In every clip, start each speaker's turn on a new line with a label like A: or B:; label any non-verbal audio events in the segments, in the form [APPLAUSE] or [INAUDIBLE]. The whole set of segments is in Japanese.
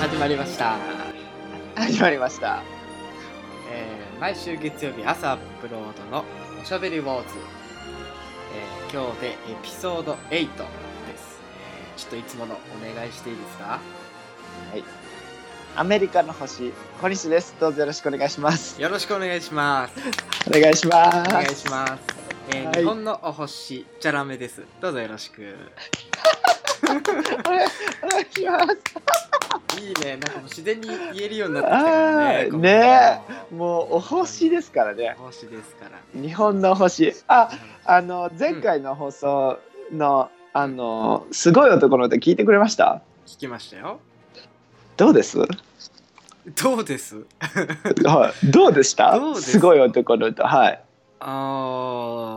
A: 始まりました。
B: [LAUGHS] 始まりました。
A: えー毎週月曜日朝アップロードのおしゃべりウォーズ。えー今日でエピソード8です。えーちょっといつものお願いしていいですか
B: アメリカの星、小西です。どうぞよろしくお願いします。
A: よろしくお願いします。
B: お願いします。
A: お願いします。えー
B: はい
A: 日本のお星、じゃらめです。どうぞよろしく。
B: す。お願いします。
A: いいね、なんかもう自然に言えるようになってきたからね。
B: あーね
A: ここ
B: もうお星ですからね。
A: お星ですから。
B: 日本の星。あ、あの前回の放送の、あのすごい男の歌聞いてくれました。
A: 聞きましたよ。
B: ど
A: [LAUGHS]
B: うです？は
A: どうです
B: い。どうでした？
A: どうです
B: すごい男の歌。はい。
A: あ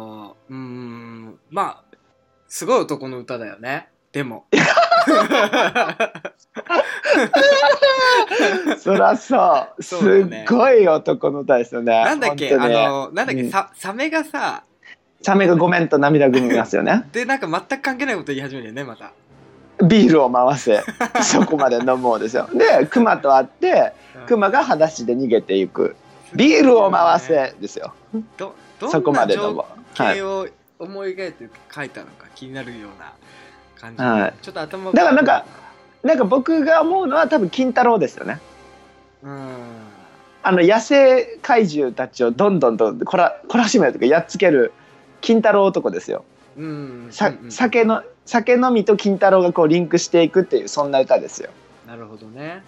A: ーうーんまあすごい男の歌だよねで
B: [LAUGHS]
A: も
B: そらそう。す
A: そうだね
B: っごい男の歌ですよね。
A: なんだっけ、
B: 本当
A: あ
B: に
A: のなんだっけ、
B: うん
A: さサメがさ
B: サメがごめんと涙ぐみますよね。
A: でなんか全く関係ないこと言い始めるよねま
B: [LAUGHS]
A: た、
B: ビールを
A: [LAUGHS]
B: 回せそこまで飲もうですよでクマと会って
A: うん
B: クマが裸足で逃げていくビールを回せですよ
A: どどんな
B: そこまで飲もう、は
A: 情景
B: い、
A: を思い描いて書いたのか気になるような感じ、
B: はい
A: ちょっと頭が
B: だからなんかなんか僕が思うのは多分金太郎ですよね
A: うん
B: あの野生怪獣たちをどんどんどんこら懲らしめるとかやっつける金太郎男ですよ
A: うん
B: さ、
A: うんうん
B: 酒の酒飲みと金太郎がこうリンクしていくっていうそんな歌ですよ
A: なるほどね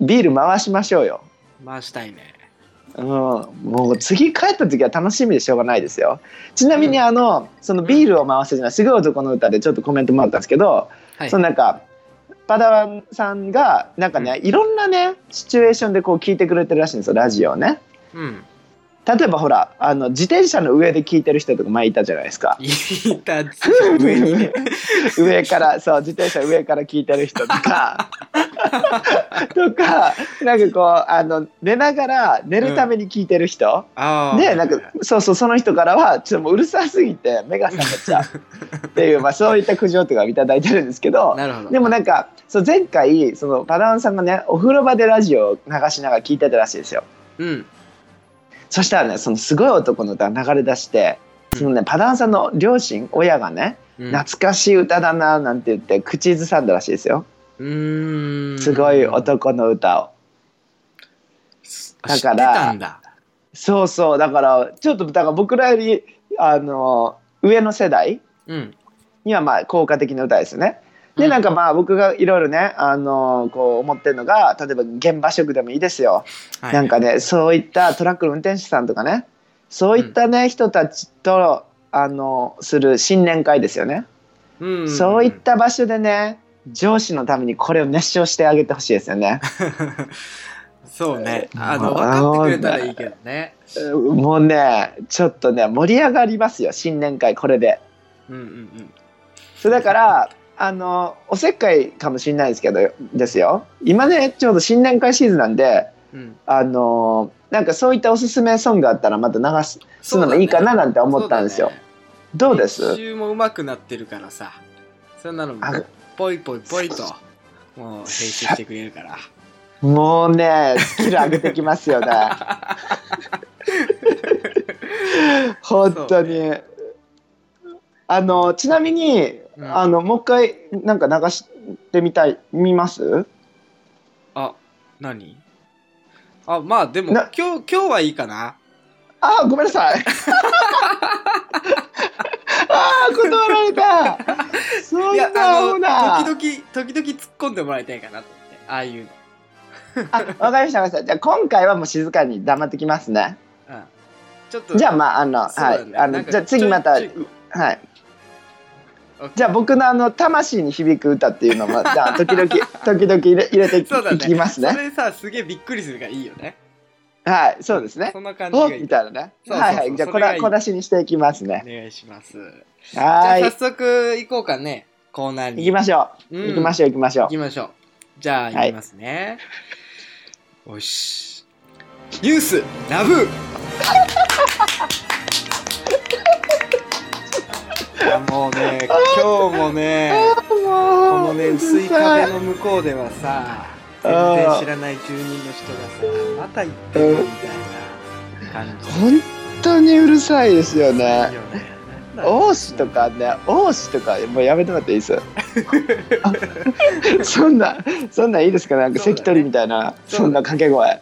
B: ビール回しましょうよ
A: 回したいね
B: うん、もう次帰った時は楽しみでしょうがないですよちなみにあの、そのビールを回せじゃないすごい男の歌でちょっとコメントもらったんですけど、
A: はい
B: そのなんかパダワンさんがなんかね、いろんなねシチュエーションでこう聞いてくれてるらしいんですよラジオをね
A: うん [LAUGHS]
B: 例えばほらあの自転車の上で聞いてる人とか前いたじゃないで
A: [LAUGHS]
B: すか
A: いた
B: [LAUGHS]
A: 上にね
B: 上からそう自転車上から聞いてる人と
A: [LAUGHS]
B: かとかなんかこうあの寝ながら寝るために聞いてる人、
A: あー
B: でなんかそうそうその人からはちょっともううるさすぎて目が覚めち
A: [LAUGHS]
B: ゃうっていう、まあ、そういった苦情とかをいただいてるんですけど
A: なるほど
B: でもなんかそう前回そのパダワンさんがねお風呂場でラジオを流しながら聞いてたらしいですよ
A: うん
B: そしたらねそのすごい男の歌が流れ出してそのねパダワンさんの両親親がね
A: うん
B: 懐かしい歌だななんて言って口ずさんだらしいですよ
A: うーん
B: すごい男の歌を。
A: だか
B: だからら
A: 知ってたんだ
B: そうそうだからちょっとだから僕らよりあの上の世代
A: うん
B: にはまあ効果的な歌ですよね。でなん
A: か
B: かまあ僕がいろいろね、あのーこう思ってるのが例えば現場職でもいいですよ、なんかねそういったトラックの運転手さんとかねそういったね、人たちと、あのーする新年会ですよね、そういった場所でね上司のためにこれを熱唱してあげてほしいですよ [LAUGHS] ね
A: [LAUGHS] そうねあの分
B: あ
A: か
B: の
A: ってくれたらいいけどね
B: うんもうねちょっとね盛り上がりますよ新年会これで
A: うんうんうん
B: そうだからあのおせっかいかもしれないですけどですよ今ねちょうど新年会シーズンなんで
A: うん
B: あのなんかそういったおすすめソングあったらまた流すすのもいいかななんて思ったんですよ、どうです
A: 練習も上手くなってるからさそんなのも
B: あ
A: ポイポイポイともう編集してくれるから
B: もうねスキル上げてきま
A: [LAUGHS]
B: すよね本当に、あのちなみに、
A: うん
B: あのもう一回なんか流してみたい見ます
A: あ何あまあでも
B: な
A: 今日今日はいいかな
B: あーごめん
A: [LAUGHS]
B: なさいあー断られたそ
A: い
B: ん
A: や
B: なもんだ
A: あの時々時々突っ込んでもらいたいかなと思ってああいうの
B: あ、わかりました、わかりました。じゃあ、今回はもう静かに黙ってきますね。
A: うんちょっと
B: じゃあ、まあ、あの、
A: そう
B: は
A: だね
B: い、あ
A: な
B: の、
A: んか
B: じゃあ、次また、は
A: ちょい
B: い
A: ちょい。
B: じゃあ、僕のあの、魂に響く歌っていうのも、
A: [LAUGHS]
B: じゃあ、時々、時々入れ、入れていき
A: そうだね
B: いきます
A: そ
B: ね。
A: れさすげえびっくりするからいいよね
B: はい、そうですね。
A: そんな感じ
B: お
A: がいい
B: みたいなね。
A: そうそうそう
B: はいはい。じゃあ
A: そ
B: こ
A: れがいい
B: ら、小出しにしていきます
A: お
B: ね。
A: 願いします。じゃ
B: は
A: あ
B: ー
A: 早速行こうかね。コーナー
B: い。行
A: に。
B: きましょう。
A: うん
B: 行きましょう、行きましょ
A: 行きましょう。じゃあ、
B: い
A: 行きますね。よし。ニュース、ラ
B: [LAUGHS]
A: ブいやもうね、今日もね、
B: う。
A: こ
B: も
A: のね、薄い壁の向こうではさ、全
B: あー
A: 然知らない住人の人がさ、また行ってるみたいな感じ。
B: 本当にうるさいですよ
A: いい
B: ね。
A: よね
B: 王子とかね、王子とか、もうやめてもらっていいですそんな、そんなんいいですかなんか
A: そうだね
B: 関取みたいな、
A: そう
B: そんな掛け声。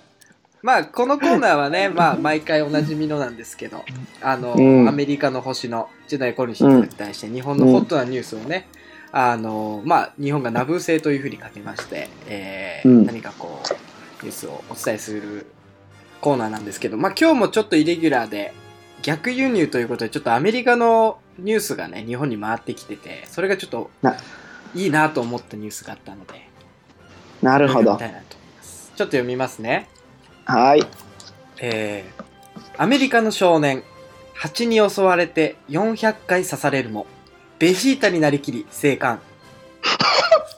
A: まあこのコーナーはね、まあ、毎回おなじみのなんですけどあの、
B: うん
A: アメリカの星のジェダイ・コルニシに対して日本のホットなニュースをね、あのまあ、日本がナブー制というふうに書きまして、えー
B: うん
A: 何かこうニュースをお伝えするコーナーなんですけど、まあ、今日もちょっとイレギュラーで逆輸入ということでちょっとアメリカのニュースがね日本に回ってきててそれがちょっといいなと思ったニュースがあったので
B: なるほ
A: 読み
B: ど。
A: たいなと思いますちょっと読みますね。
B: はい。
A: えーアメリカの少年蜂に襲われて400回刺されるもベジータになりきり生還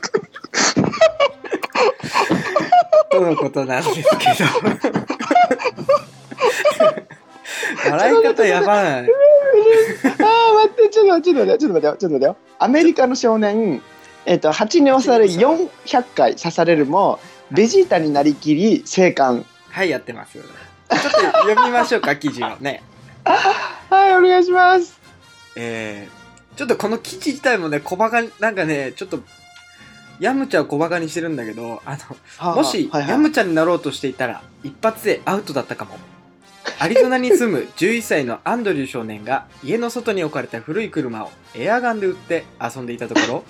A: [LAUGHS] とのことなんですけど笑い方やばない
B: あー待ってちょっと待ってちょっと待ってちょっと待ってよちょっと待ってよアメリカの少年えっ、と蜂に襲われ400回刺されるもベジータになりきり生還
A: はいやってますちょっと読みましょうか記事をね
B: はいお願いします
A: えーちょっとこの記事自体もね小バカになんかねちょっとヤムチャを小バカにしてるんだけどあのもし、
B: はいはい
A: ヤムちゃんになろうとしていたら、一発でアウトだったかも。アリゾナに住む11歳のアンドリュー少年が家の外に置かれた古い車をエアガンで撃って遊んでいたところ、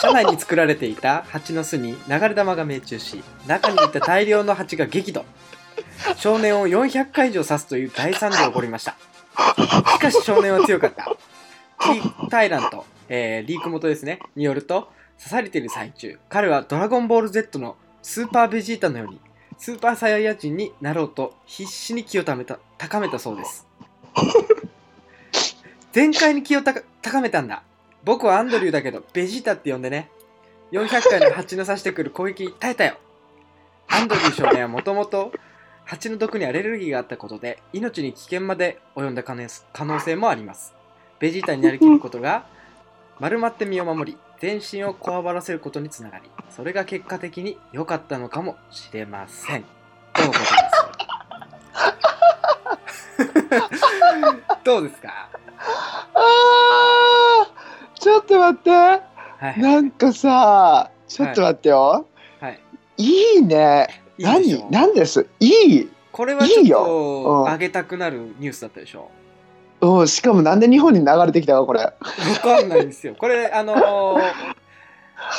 A: 車内に作られていた蜂の巣に流れ弾が命中し、中にいた大量の蜂が激怒。少年を400回以上刺すという大惨事が起こりました。しかし少年は強かった。キー・タイランと、えーリーク元ですね、によると、刺されている最中、彼はドラゴンボール Z のスーパーベジータのように、スーパーサイヤ人になろうと必死に気をためた高めたそうです。全開に気をたか高めたんだ。僕はアンドリューだけど、ベジータって呼んでね。400回の蜂の刺してくる攻撃に耐えたよ。アンドリュー少年はもともと蜂の毒にアレルギーがあったことで、命に危険まで及んだ可能可能性もあります。ベジータになりきることが、丸まって身を守り全身をこわばらせることにつながりそれが結果的に良かったのかもしれませんとのことですどうです [LAUGHS] か、
B: あーちょっと待って
A: はい
B: なんかさちょっと待ってよ、
A: はい、
B: い、いね
A: いいでしょ
B: 何何ですいい
A: これはちょっ
B: いいよ
A: と
B: うん
A: あげたくなるニュースだったでしょ
B: おしかもなんで日本に流れてきたのこれ
A: わかんないんですよこれあの
B: [LAUGHS]
A: ー、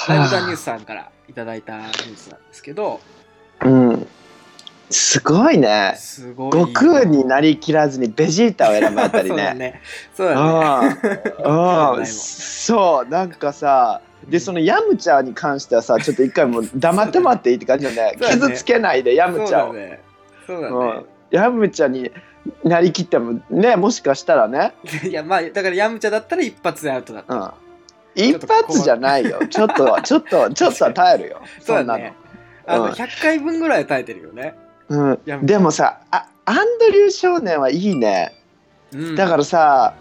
A: ライブダンニュースさんからいただいたニュースなんですけど
B: うんすごいね
A: すごい
B: 悟空になりきらずにベジータを選ばれたり
A: [LAUGHS] そうだ
B: ね
A: ねそうだね
B: ああ
A: 興味ないもん
B: あそうなんかさでそのヤムチャに関し
A: [LAUGHS]
B: てはさちょっと一回もう黙ってもらっていいって感じだ
A: そ
B: よね
A: うだね
B: 傷つけないでヤムチャ
A: そう
B: を、
A: だねそうだね、
B: うん、ヤムチャになりきってもねもしかしたらね、
A: いやまあだからヤムチャだったら一発でアウトだった、
B: うん、一発じゃないよちょっとちょっとちょっとは耐えるよ
A: [LAUGHS] そう
B: そんな
A: だ
B: の
A: ねあの、
B: うん
A: 100回分ぐらい耐えてるよね、
B: う
A: ヤム
B: ん、でもさあアンドリュー少年はいいね
A: うん
B: だからさ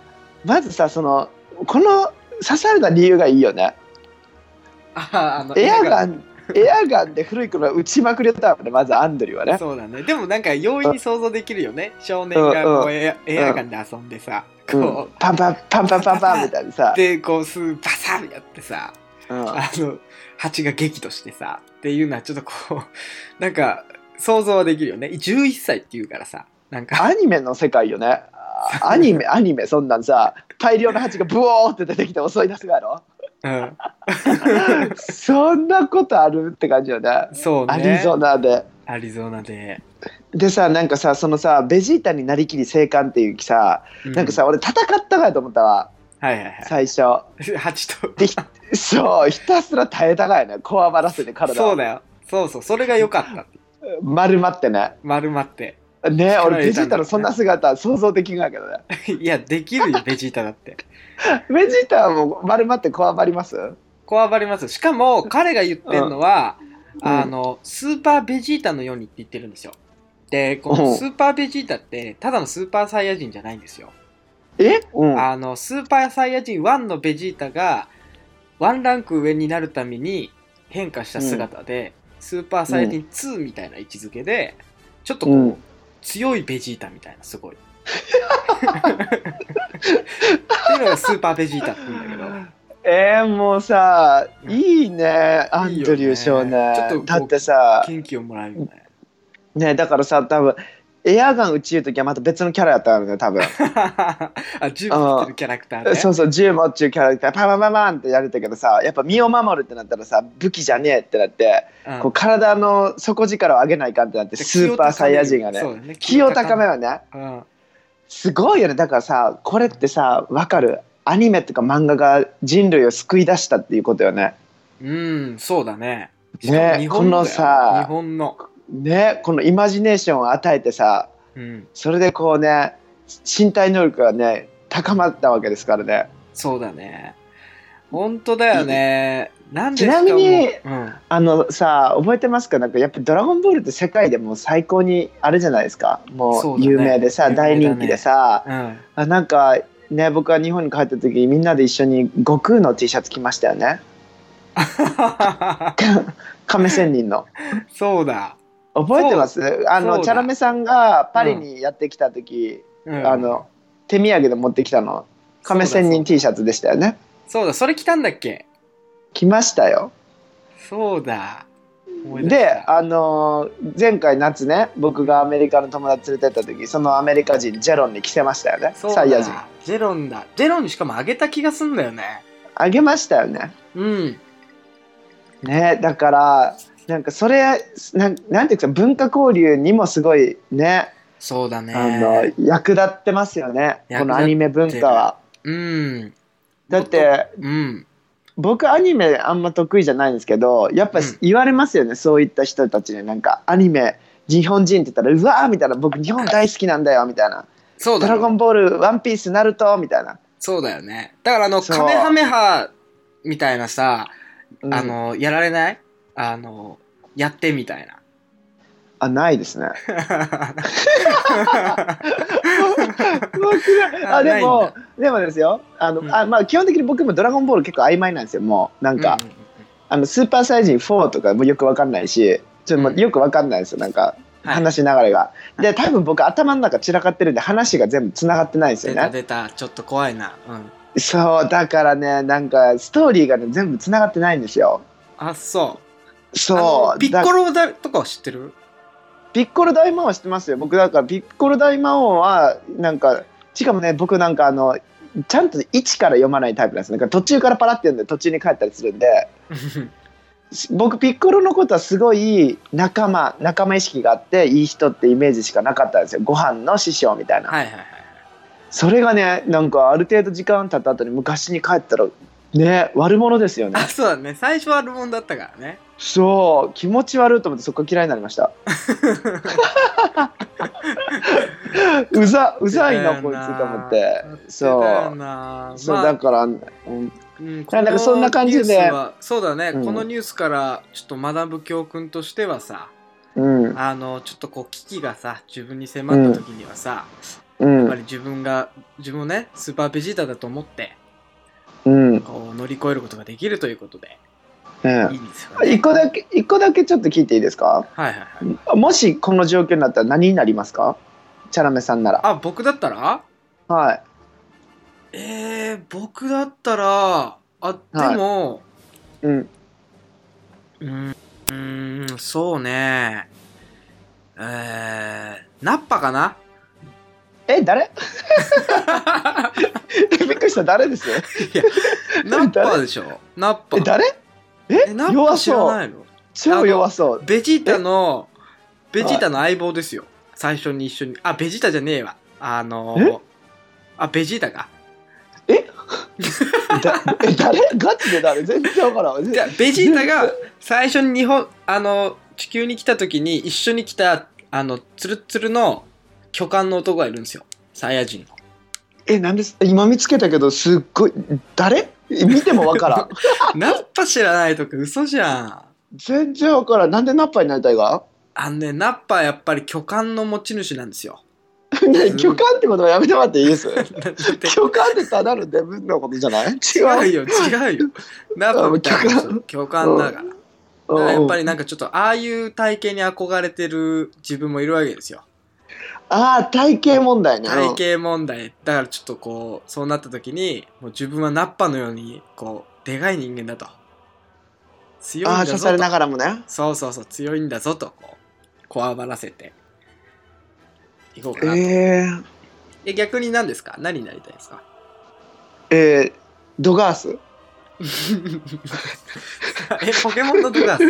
B: まずさそのこの刺された理由がいいよね
A: [LAUGHS] ああの
B: エアガ
A: ン
B: ン、エアガンで古い車撃ちまくれたもんね、まずアンドリューはね。
A: そうだねでもなんか容易に想像できるよね少年がこうエア,、エアガンで遊んでさ
B: うん
A: こう、
B: パンパンパンパンパンパンみたいなさ。
A: でこうスーパサーやってさ
B: うん
A: あの蜂が激怒してさっていうのはちょっとこう [LAUGHS] なんか想像はできるよね11歳っていうからさなんか
B: アニメの世界よね。アニメ、アニメ、そんなんさ、大量の蜂がブオーって出てきて襲い出すやろ。
A: うん
B: [LAUGHS] そんなことあるって感じよね。
A: そうね
B: アリゾナで。
A: アリゾナで、
B: でさ、なんかさ、そのさ、ベジータになりきり生還っていうさ、
A: う
B: なんかさ、俺戦ったかやと思ったわ、
A: はいはいは
B: 最初。
A: い [LAUGHS] 蜂と
B: で、ひそう、ひたすら耐えたかやね。こわばらせて体を [LAUGHS]
A: そうだよそうそうそれが良かった
B: 丸まってね。
A: 丸まって
B: ね
A: 力入れたんだ
B: 俺ベジータのそんな姿想像できないけどね
A: いや、でき
B: [LAUGHS]
A: るよ、ベジータだって。
B: ベジータはもう丸まってこわばります
A: こわばります。しかも、彼が言ってるのは、
B: うん
A: あの、スーパーベジータのようにって言ってるんですよ。で、こ
B: う
A: の
B: ん
A: スーパーベジータって、ただのスーパーサイヤ人じゃないんですよ。
B: えうん
A: あの、スーパーサイヤ人1のベジータが、ワンランク上になるために変化した姿で、スーパーサイヤ人2みたいな位置づけで、ちょっとこう、
B: うん
A: 強いベジータみたいな、すごい。っていうのがスーパーベジータって言うんだけど。
B: えー、もうさいいねアンドリュー少
A: いいよねち
B: 年
A: ょっとこう
B: だってさ
A: 元気をもらえるよね。
B: ねだからさ多分エアガン撃ち言う時はまた別のキャラやったのね多分
A: [LAUGHS] あ、銃持ってるキャラクターね。
B: [LAUGHS] そうそう銃持っちゅうキャラクターパンパンパンパンってやれたけどさやっぱ身を守るってなったらさ武器じゃねえってなって
A: うん
B: こう体の底力を上げないかんってなってスーパーサイヤ人がね気を高め。よね
A: そうだね
B: すごいよねだからさこれってさわかるアニメとか漫画が人類を救い出したっていうことよね
A: うん、うん、そうだね。
B: ね
A: しかも日本だよ
B: このさ
A: 日本の。
B: ねこのイマジネーションを与えてさ
A: うん、
B: それでこうね身体能力がね高まったわけですからね
A: そうだね。本当だよね。なんでしかも
B: ちなみに
A: うん、
B: あのさ覚えてますかなんかやっぱ「ドラゴンボール」って世界でもう最高にあれじゃないですか
A: そ
B: も
A: う
B: う
A: だね
B: 有名でさ、
A: 有名だね
B: 大人気でさ、
A: うん、 [LAUGHS]
B: あなんかね僕は日本に帰った時みんなで一緒に悟空の T シャツ着ましたよね亀仙人の
A: そうだ。
B: 覚えてますあ
A: そう
B: の
A: だ
B: チャラメさんがパリにやってきた時、
A: うん、
B: あの手土産で持ってきたの亀仙人 T シャツでしたよね
A: そうだ、それ来たんだっけ
B: 着ましたよ
A: そうだ。思い出し
B: で
A: た、
B: あのー前回夏ね僕がアメリカの友達連れてった時そのアメリカ人ジェロンに着せましたよね
A: そう
B: サ
A: だ
B: イヤ人
A: ジェロンだ。ジェロンにしかもあげた気がすんだよね。
B: あげましたよね
A: うん。
B: ねだからなんかそれなんなんていうか文化交流にもすごいね、
A: そうだね。
B: あの役立ってますよね
A: 役立ってる
B: このアニメ文化は
A: うん。
B: だって
A: うん。
B: 僕アニメあんま得意じゃないんですけどやっぱ
A: うん
B: 言われますよね、そういった人たちになんかアニメ日本人って言ったら「うわー!」みたいな「僕日本大好きなんだよ」みたいな
A: そ
B: 「
A: う
B: ド
A: だ
B: ラゴ
A: よ。
B: ンボール」「ワンピース」「ナルト」みたいな
A: そうだよね。だからあの、
B: そう
A: カメハメハみたいなさ、
B: うん
A: あの、やられないあの、やってみたいな。
B: あないですね。
A: あ
B: あで
A: ない
B: もでもですよあの、
A: うん
B: あまあ、基本的に僕も「ドラゴンボール」結構曖昧なんですよもうなんか、
A: うん
B: あのスーパーサイジン4とかもよくわかんないしちょっともう
A: うん
B: よくわかんないですよなんか
A: はい
B: 話の流れが。で多分僕頭の中散らかってるんで話が全部つながってないんですよ
A: 出た
B: ね。
A: 出た、ちょっと怖いな。うん。
B: そうだからねなんかストーリーがね全部つながってないんですよ。
A: あ、そう。あ
B: そ
A: の
B: う
A: ピッ
B: だ
A: コロだとかは知ってる [LAUGHS]
B: ピッコロ大魔王は知ってますよ僕だからピッコロ大魔王はなんかしかもね僕なんかあのちゃんと一から読まないタイプなんですねだから途中からパラって読んで途中に帰ったりするんでし僕ピッコロのことはすごい仲間仲間意識があっていい人ってイメージしかなかったんですよご飯の師匠みたいな、
A: はいはいはい。
B: それがねなんかある程度時間経った後に昔に帰ったらね悪者ですよね
A: あ、そうだね。最初はルモンだったからね。
B: そう気持ち悪いと思ってそこ嫌いになりましたうざうざいなこいつと思って
A: そう。だよ
B: そう
A: な
B: そう、
A: まあ
B: だから、うん、
A: うん、
B: なんかそんな感じで
A: このニュースはそうだね、
B: うん
A: このニュースからちょっと学ぶ教訓としてはさ
B: うん
A: あのちょっとこう危機がさ自分に迫った時にはさ、
B: う
A: やっぱ
B: ん
A: り自分が自分をねスーパーベジータだと思って
B: うん
A: こう乗り越えることができるということで
B: うん
A: いいんですよね
B: 一個だけ一個だけちょっと聞いていいですか
A: はいはいはい
B: もしこの状況になったら何になりますかチャラメさんなら
A: あ僕だったら
B: はい
A: えー、僕だったらあでも、
B: うん
A: うんうーんそうねえー、ナッパか
B: [LAUGHS]
A: な
B: え誰 [LAUGHS] びっくりした誰です
A: いや、ナッパでしょ。ナッパ。
B: え誰
A: えナッパ
B: 弱
A: 知ら
B: そう
A: ないの
B: 超弱そう
A: ベジータの、ベジータの相棒ですよ。最初に一緒に。あ、ベジータじゃねえわ。あのーあ、ベジータか。
B: だえ誰ガチで誰全然わからん
A: [LAUGHS] じゃあベジータが最初に日本、あの、地球に来た時に一緒に来た、あの、ツルッツルの巨漢の男がいるんですよサイヤ人の
B: えなんです今見つけたけどすっごい誰見てもわから
A: [LAUGHS]
B: ん
A: ナッパ知らないとか嘘じゃん
B: 全然わからんなんでナッパになりたいが
A: あのねナッパはやっぱり巨漢の持ち主なんです
B: [LAUGHS]
A: よ
B: [LAUGHS] ね巨漢って言葉やめてもらっていい
A: [LAUGHS]
B: です
A: だって
B: 巨漢ってただのデブのことじゃない違
A: 違うよ
B: う
A: 違うよナッパみたいな
B: 巨漢
A: 巨漢だからだからやっぱり
B: うん
A: なんかちょっとああいう体型に憧れてる自分もいるわけですよ
B: ああ体型問題ね
A: 体型問題だからちょっとこうそうなった時にもう自分はナッパのようにこうでかい人間だと強いん
B: ああ
A: だ
B: 刺さ
A: ぞ
B: れ
A: と
B: ながらもね
A: そうそうそう強いんだぞとこうこわばらせていこうかなと、
B: えー、
A: で逆に何ですか何になりたいですか [LAUGHS]
B: えー、ドガース
A: えポケモンのドカス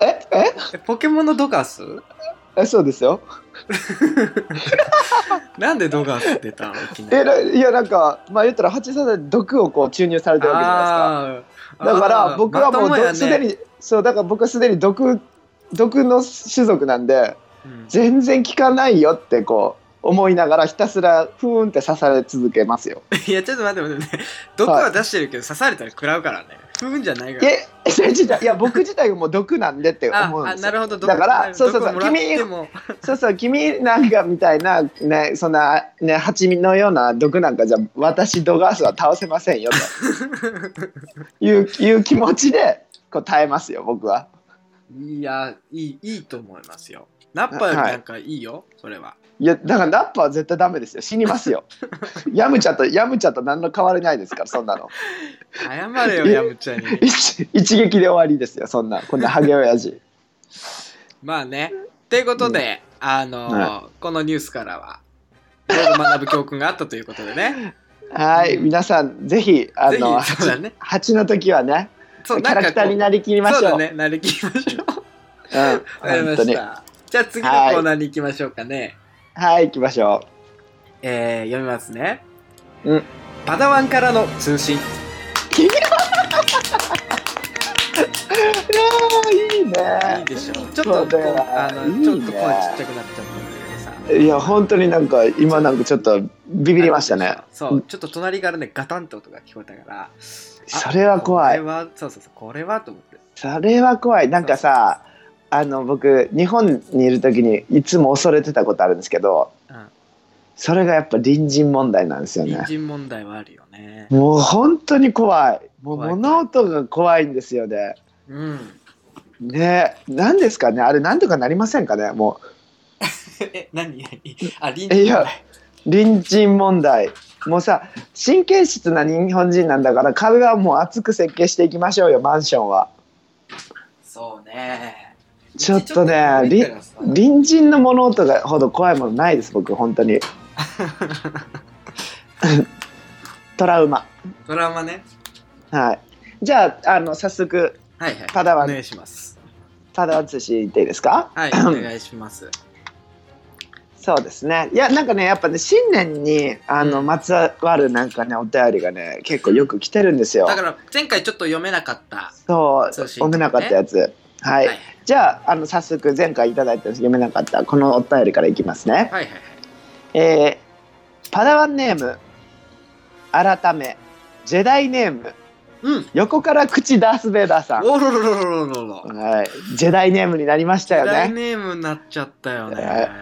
B: ええ
A: えポケモンのドカス
B: えそうですよ
A: なんでドガス出たのいきなり
B: えないやなんかまあ言ったら八さんで毒をこう注入されてるわけじゃないですか
A: あー
B: だか
A: あ
B: ら
A: ー
B: 僕はも
A: ま
B: う
A: とや
B: ど
A: ね
B: すでにそうだから僕はすでに毒毒の種族なんで
A: うん
B: 全然効かないよってこう思いながらひたすらふーんって刺され続けますよ。
A: [LAUGHS] いやちょっと待って待って待って毒は出してるけど刺されたら食らうからね不運じゃないから
B: いや [LAUGHS] それ自体いや僕自体がもう毒なんでって
A: あ
B: 思うん
A: あ
B: です
A: な
B: よ。
A: るほど毒
B: だから
A: 毒
B: そうそうそう
A: もらっても
B: そうそう君なんかみたいなねそんなね蜂蜜のような毒なんかじゃ私ドガースは倒せませんよといういう気持ちでこう耐えますよ僕は。
A: [LAUGHS] いやいいいいと思いますよナッパよりなんかいいよ、それはい
B: やだからラッパーは絶対ダメですよ死にます
A: [LAUGHS]
B: よヤムチャとヤムチャと何の変わりないですからそんなの
A: 謝れよやむちゃんに
B: 一一撃で終わりですよそんなこんなハゲ親父
A: まあねということで、あのー
B: は
A: このニュースからはいろいろ学ぶ教訓があったということでね
B: はい皆さんぜひ [LAUGHS] あ
A: ぜ
B: の
A: ひそう
B: 蜂
A: だね
B: 蜂の時はねキ
A: そう
B: ャ
A: なん
B: ラ
A: か
B: クター
A: こ
B: に
A: う
B: なりきりましょう
A: そうだねなりきりましょうわかり
B: [LAUGHS] うん
A: ま
B: 本当
A: し
B: に
A: た。じゃあ次のコーナーに行きましょうかね。
B: はい行きましょ
A: えー、読みますね。
B: うん。
A: パダワンからの通信。
B: ういやーいい
A: いい
B: ね
A: でしょう。ちょっ
B: そ
A: と
B: う
A: こ
B: だ
A: う、
B: よ
A: あの、
B: いいね
A: ちょっと声ちっちゃくなっちゃったんだけどさ。
B: いや本当になんか今なんかちょっとビビりましたね
A: そう、ちょっと隣からね、ガタンって音が聞こえたから。
B: それは怖い
A: これは、そうそうそう、これはと思って。
B: それは怖いなんかさあの僕日本にいる時にいつも恐れてたことあるんですけど、
A: うん
B: それがやっぱ隣人問題なんですよね
A: 隣人問題はあるよね。
B: もう本当に怖いもう
A: 怖い
B: 物音が怖いんですよね
A: うん。
B: ね何ですかねあれ何とかなりませんかねも
A: [LAUGHS] え、何 [LAUGHS] 何あ、隣人
B: い
A: 問
B: や
A: 題。
B: う隣人問題もうさ神経質な日本人なんだから壁はもう厚く設計していきましょうよマンションは
A: そうね。
B: ちょっとね
A: ちょっとね
B: 隣人の物音がほど怖いものないです僕本当にトラウマ
A: ドラマね。
B: はいじゃああの早速
A: はいはい。
B: パダワ
A: お
B: ン
A: 願いします。
B: パダワン通信行っていいですか
A: はい、お願いします。
B: そうですねいやなんかねやっぱね新年にあの、
A: うん
B: まつわるなんかねお便りがね結構よく来てるんですよ
A: だから前回ちょっと読めなかった。
B: そう
A: 通信
B: 読めなかったやつ、はい、
A: はい
B: じゃああの早速前回いただいたんです読めなかったこのお便りからいきますね、
A: はいはいはい。
B: えーパダワンネーム改めジェダイネーム
A: うん。
B: 横から口ダース・ベイダーさん、
A: おろろろろろろろ。
B: はい、ジェダイネームになりましたよ
A: 時代
B: ね
A: ネームになっちゃったよね。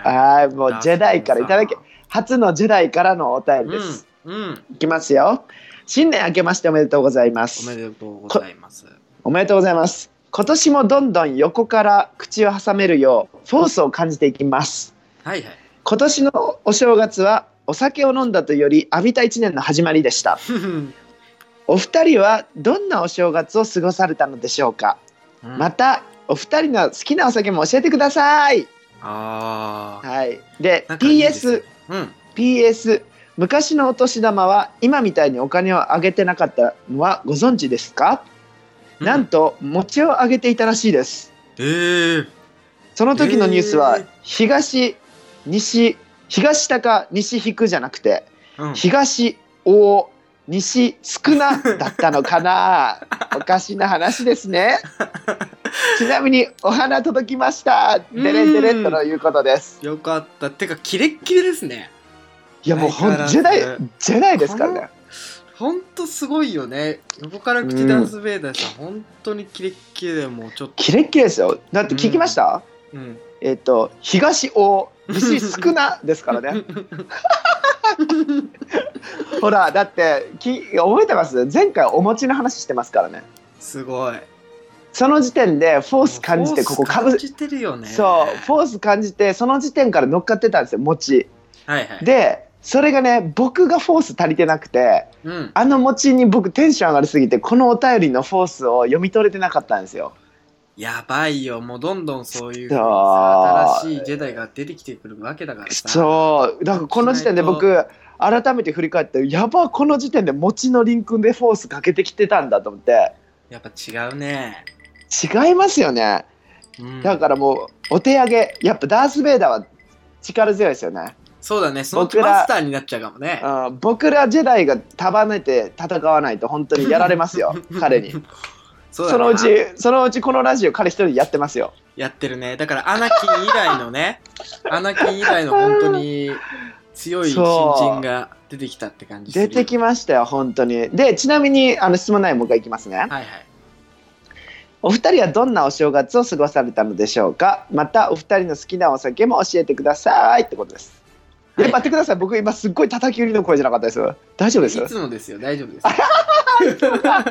B: はいはいもうジェダイからいただき初のジェダイからのお便りです、
A: うん。うん。
B: いきますよ新年明けましておめでとうございま
A: おめ
B: す
A: でとうございます。
B: おめでとうございます今年もどんどん横から口を挟めるようフォースを感じていきます
A: はい
B: [LAUGHS]
A: はい。
B: 今年のお正月はお酒を飲んだというより浴びた一年の始まりでした
A: うん
B: お二人はどんなお正月を過ごされたのでしょうか、またお二人の好きなお酒も教えてください
A: ああ。
B: はいで
A: なんかいいですね
B: PSPS
A: うん。
B: 昔のお年玉は今みたいにお金をあげてなかったのはご存知ですか、なんと餅をあげていたらしいです
A: ええ。
B: その時のニュースは
A: えー
B: 東、西東高西引くじゃなくて
A: うん
B: 東大 [LAUGHS]
A: [LAUGHS]
B: 西少なだったのかなおかしな話ですねちなみにお花届きました
A: うん
B: デレンデレンとのいうことです
A: よかったてかキレッキレですね
B: いやもうほん
A: 相
B: ジ
A: 変
B: ェ
A: わ
B: ダ
A: ら
B: イ
A: ず
B: ジェダイですからね
A: ほんとすごいよね横から口ダンス・ベイダーさん本当にキレッキレでもうちょっと
B: キレッキレですよだって聞きました、
A: うん
B: えっ、と東大西少なですか
A: [LAUGHS]
B: らねほらだってき覚えてます前回お餅の話してますからね
A: すごい
B: その時点でフ
A: フ
B: ォース感じてここかぶ
A: 感じてるよね
B: そうフォース感じてその時点から乗っかってたんですよ餅
A: はいはい
B: でそれがね僕がフォース足りてなくて
A: うん
B: あの餅に僕テンション上がりすぎてこのお便りのフォースを読み取れてなかったんですよ
A: やばいよもうどんどんそういう
B: そう
A: さ新しいジェダイが出てきてくるわけだからさ
B: そうだからこの時点で僕改めて振り返ってやばこの時点で餅のリンクでフォースかけてきてたんだと思って
A: やっぱ違うね、
B: 違いますよね
A: うん、
B: だからもうお手上げやっぱダース・ベイダーは力強いですよね、
A: そうだねそのうち
B: 僕ら
A: マスターになっちゃうかもね
B: うん、僕らジェダイが束ねて戦わないと本当にやられま
A: [LAUGHS]
B: すよ彼に
A: そ
B: そ
A: だな
B: のうちそのうちこのラジオ彼一人でやってますよ
A: やってるねだからアナキン以来の
B: [LAUGHS]
A: ねアナキン以来の本当に強い新人が出てきたって感じする
B: 出てきましたよ本当にでちなみにあの質問内容もう一回いきますね
A: はいはい
B: お二人はどんなお正月を過ごされたのでしょうかまたお二人の好きなお酒も教えてくださいってことですえ
A: はい
B: 待ってください僕今すっごい叩き売りの声じゃなかったです大丈夫です
A: いつもですよ大丈夫です
B: [LAUGHS]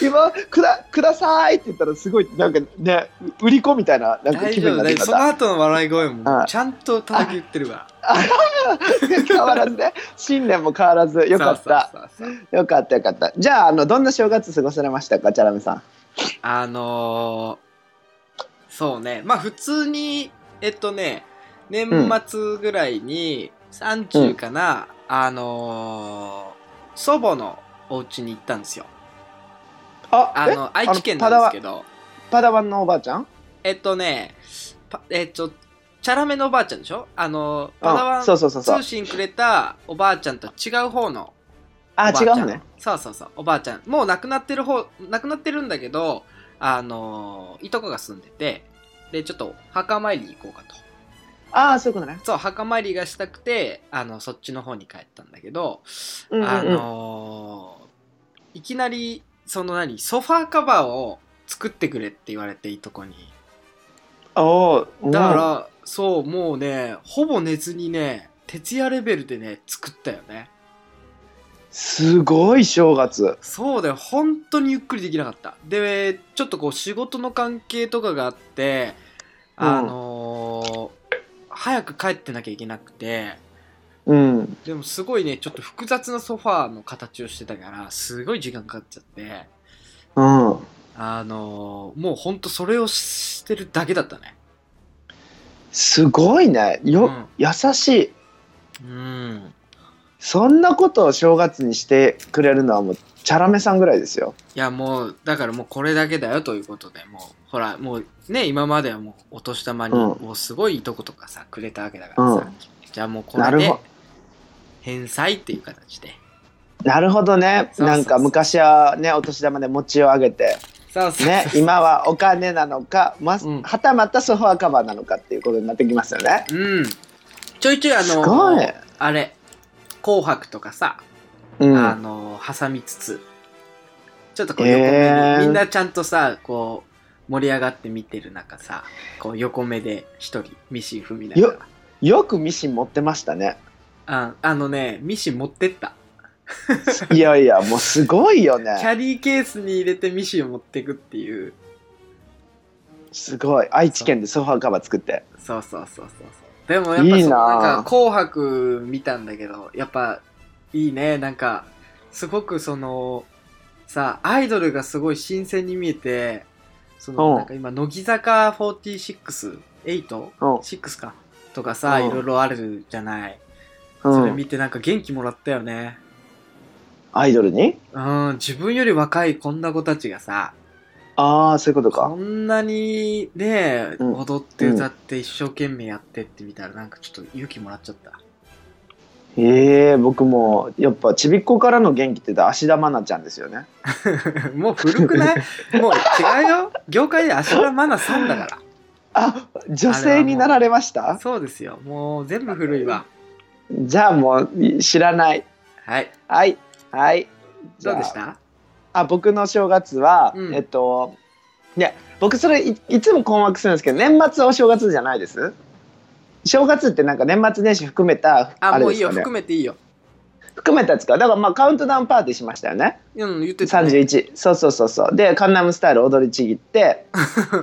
B: 今くだ「ください」って言ったらすごいなんかね売り子みたいななんか
A: 大
B: 気
A: 丈
B: 分
A: 夫
B: になっ
A: 大
B: て
A: 丈夫
B: き
A: その
B: た
A: 後の笑い声
B: あ
A: も
B: あ
A: ちゃんと叩き言ってるわ
B: 変わらずね新年も変わらずよかった
A: そうそうそうそう
B: よかったよかったじゃああのどんな正月過ごされましたかチャラメさん
A: あのーそうねまあ普通にえっとね年末ぐらいに30かな、あのー祖母のお家に行ったんですよ
B: あ
A: あ
B: え
A: の愛知県なんですけど
B: パダワンのおばあちゃん
A: えっとねパえっとチャラメのおばあちゃんでしょあのパダワ
B: うん
A: ン
B: そうそうそうそう
A: 通信くれたおばあちゃんと違う方の
B: あ
A: おばあ
B: 違
A: ちゃん
B: うね
A: そうそうそうおばあちゃんもう亡くなってる方亡くなってるんだけどあのーいとこが住んでてでちょっと墓参り行こうかと
B: ああそういうことね
A: そう墓参りがしたくてあのそっちの方に帰ったんだけど、
B: うんうんうん
A: あのーいきなりその何ソファーカバーを作ってくれって言われていとこに
B: おお
A: だから、そうもうねほぼ寝ずにね徹夜レベルでね作ったよね
B: すごい正月
A: そうだよ本当にゆっくりできなかったでちょっとこう仕事の関係とかがあって
B: うん
A: あのー早く帰ってなきゃいけなくて
B: うん
A: でもすごいねちょっと複雑なソファーの形をしてたからすごい時間かかっちゃって
B: うん
A: あのーもうほんとそれをしてるだけだったね
B: すごいねよ、
A: うん
B: 優しい
A: うん
B: そんなことを正月にしてくれるのはもうチャラメさんぐらいですよ
A: いやもうだからもうこれだけだよということでもうほらもうね今まではもうお年玉に
B: うん
A: もうすごいいとことかさくれたわけだからさ、
B: う
A: じゃあもうこ
B: な
A: れ
B: る
A: で
B: ほ
A: 返済っていう形で
B: なるほどね
A: そうそうそう
B: なんか昔はねお年玉で餅をあげて
A: そうそう [LAUGHS]
B: ね今はお金なのか、ま
A: うん
B: はたまたソファーカバーなのかっていうことになってきますよね
A: うんちょいちょいあ
B: すごい
A: のあれ「紅白」とかさ、
B: う
A: あ
B: ん
A: の挟みつつちょっとこう横目に、
B: えー
A: みんなちゃんとさこう盛り上がって見てる中さこう横目で一人ミシン踏みなが
B: よよくミシン持ってまし
A: [LAUGHS]
B: たね
A: らああのねミシン持ってった
B: いやいやもうすごいよ
A: キ
B: ね
A: ャリーケースに入れてミシンを持ってくっていう
B: すごい愛知県でソファーカバー作って
A: そうそうそうそうそうでもやっぱその
B: いいなあ
A: なんか「紅白」見たんだけどやっぱいいねなんかすごくそのさアイドルがすごい新鮮に見えてその、
B: うん
A: なんか今乃木坂468
B: うん
A: シックスかとかさ、
B: うん
A: いろいろあるじゃない、
B: う
A: それ
B: ん、
A: 見てなんか元気もらったよね
B: アイドルに
A: うん自分より若いこんな子たちがさ
B: ああそういうことか
A: こんなにね、
B: うん
A: 踊って歌って一生懸命やってってみたらなんかちょっと勇気もらっちゃった。
B: ええ僕もやっぱちびっこからの元気って言ったら芦田愛菜ちゃんですよね。
A: [LAUGHS] もう古くない
B: [LAUGHS]
A: もう違うよ業界で芦田愛菜さんだか
B: あ女性になられまし
A: ら
B: た
A: そうですよもう全部古いわ
B: じゃあもう知らない。
A: はい
B: はいはい。じゃ
A: ど
B: あ
A: うでした
B: あ僕の正月は、
A: うん
B: えっといや僕それいいつも困惑するんですけど年末お正月じゃないです正月ってなんか年末年始含めた
A: あ
B: あれ
A: もうい
B: で
A: い
B: すよ
A: よ
B: ね
A: 含めていいよ
B: 含めたんですかだからまあカウントダウンパーティーしましたよね
A: うん言ってたね、
B: 31そうそうそうそうで「カンナムスタイル」踊りちぎって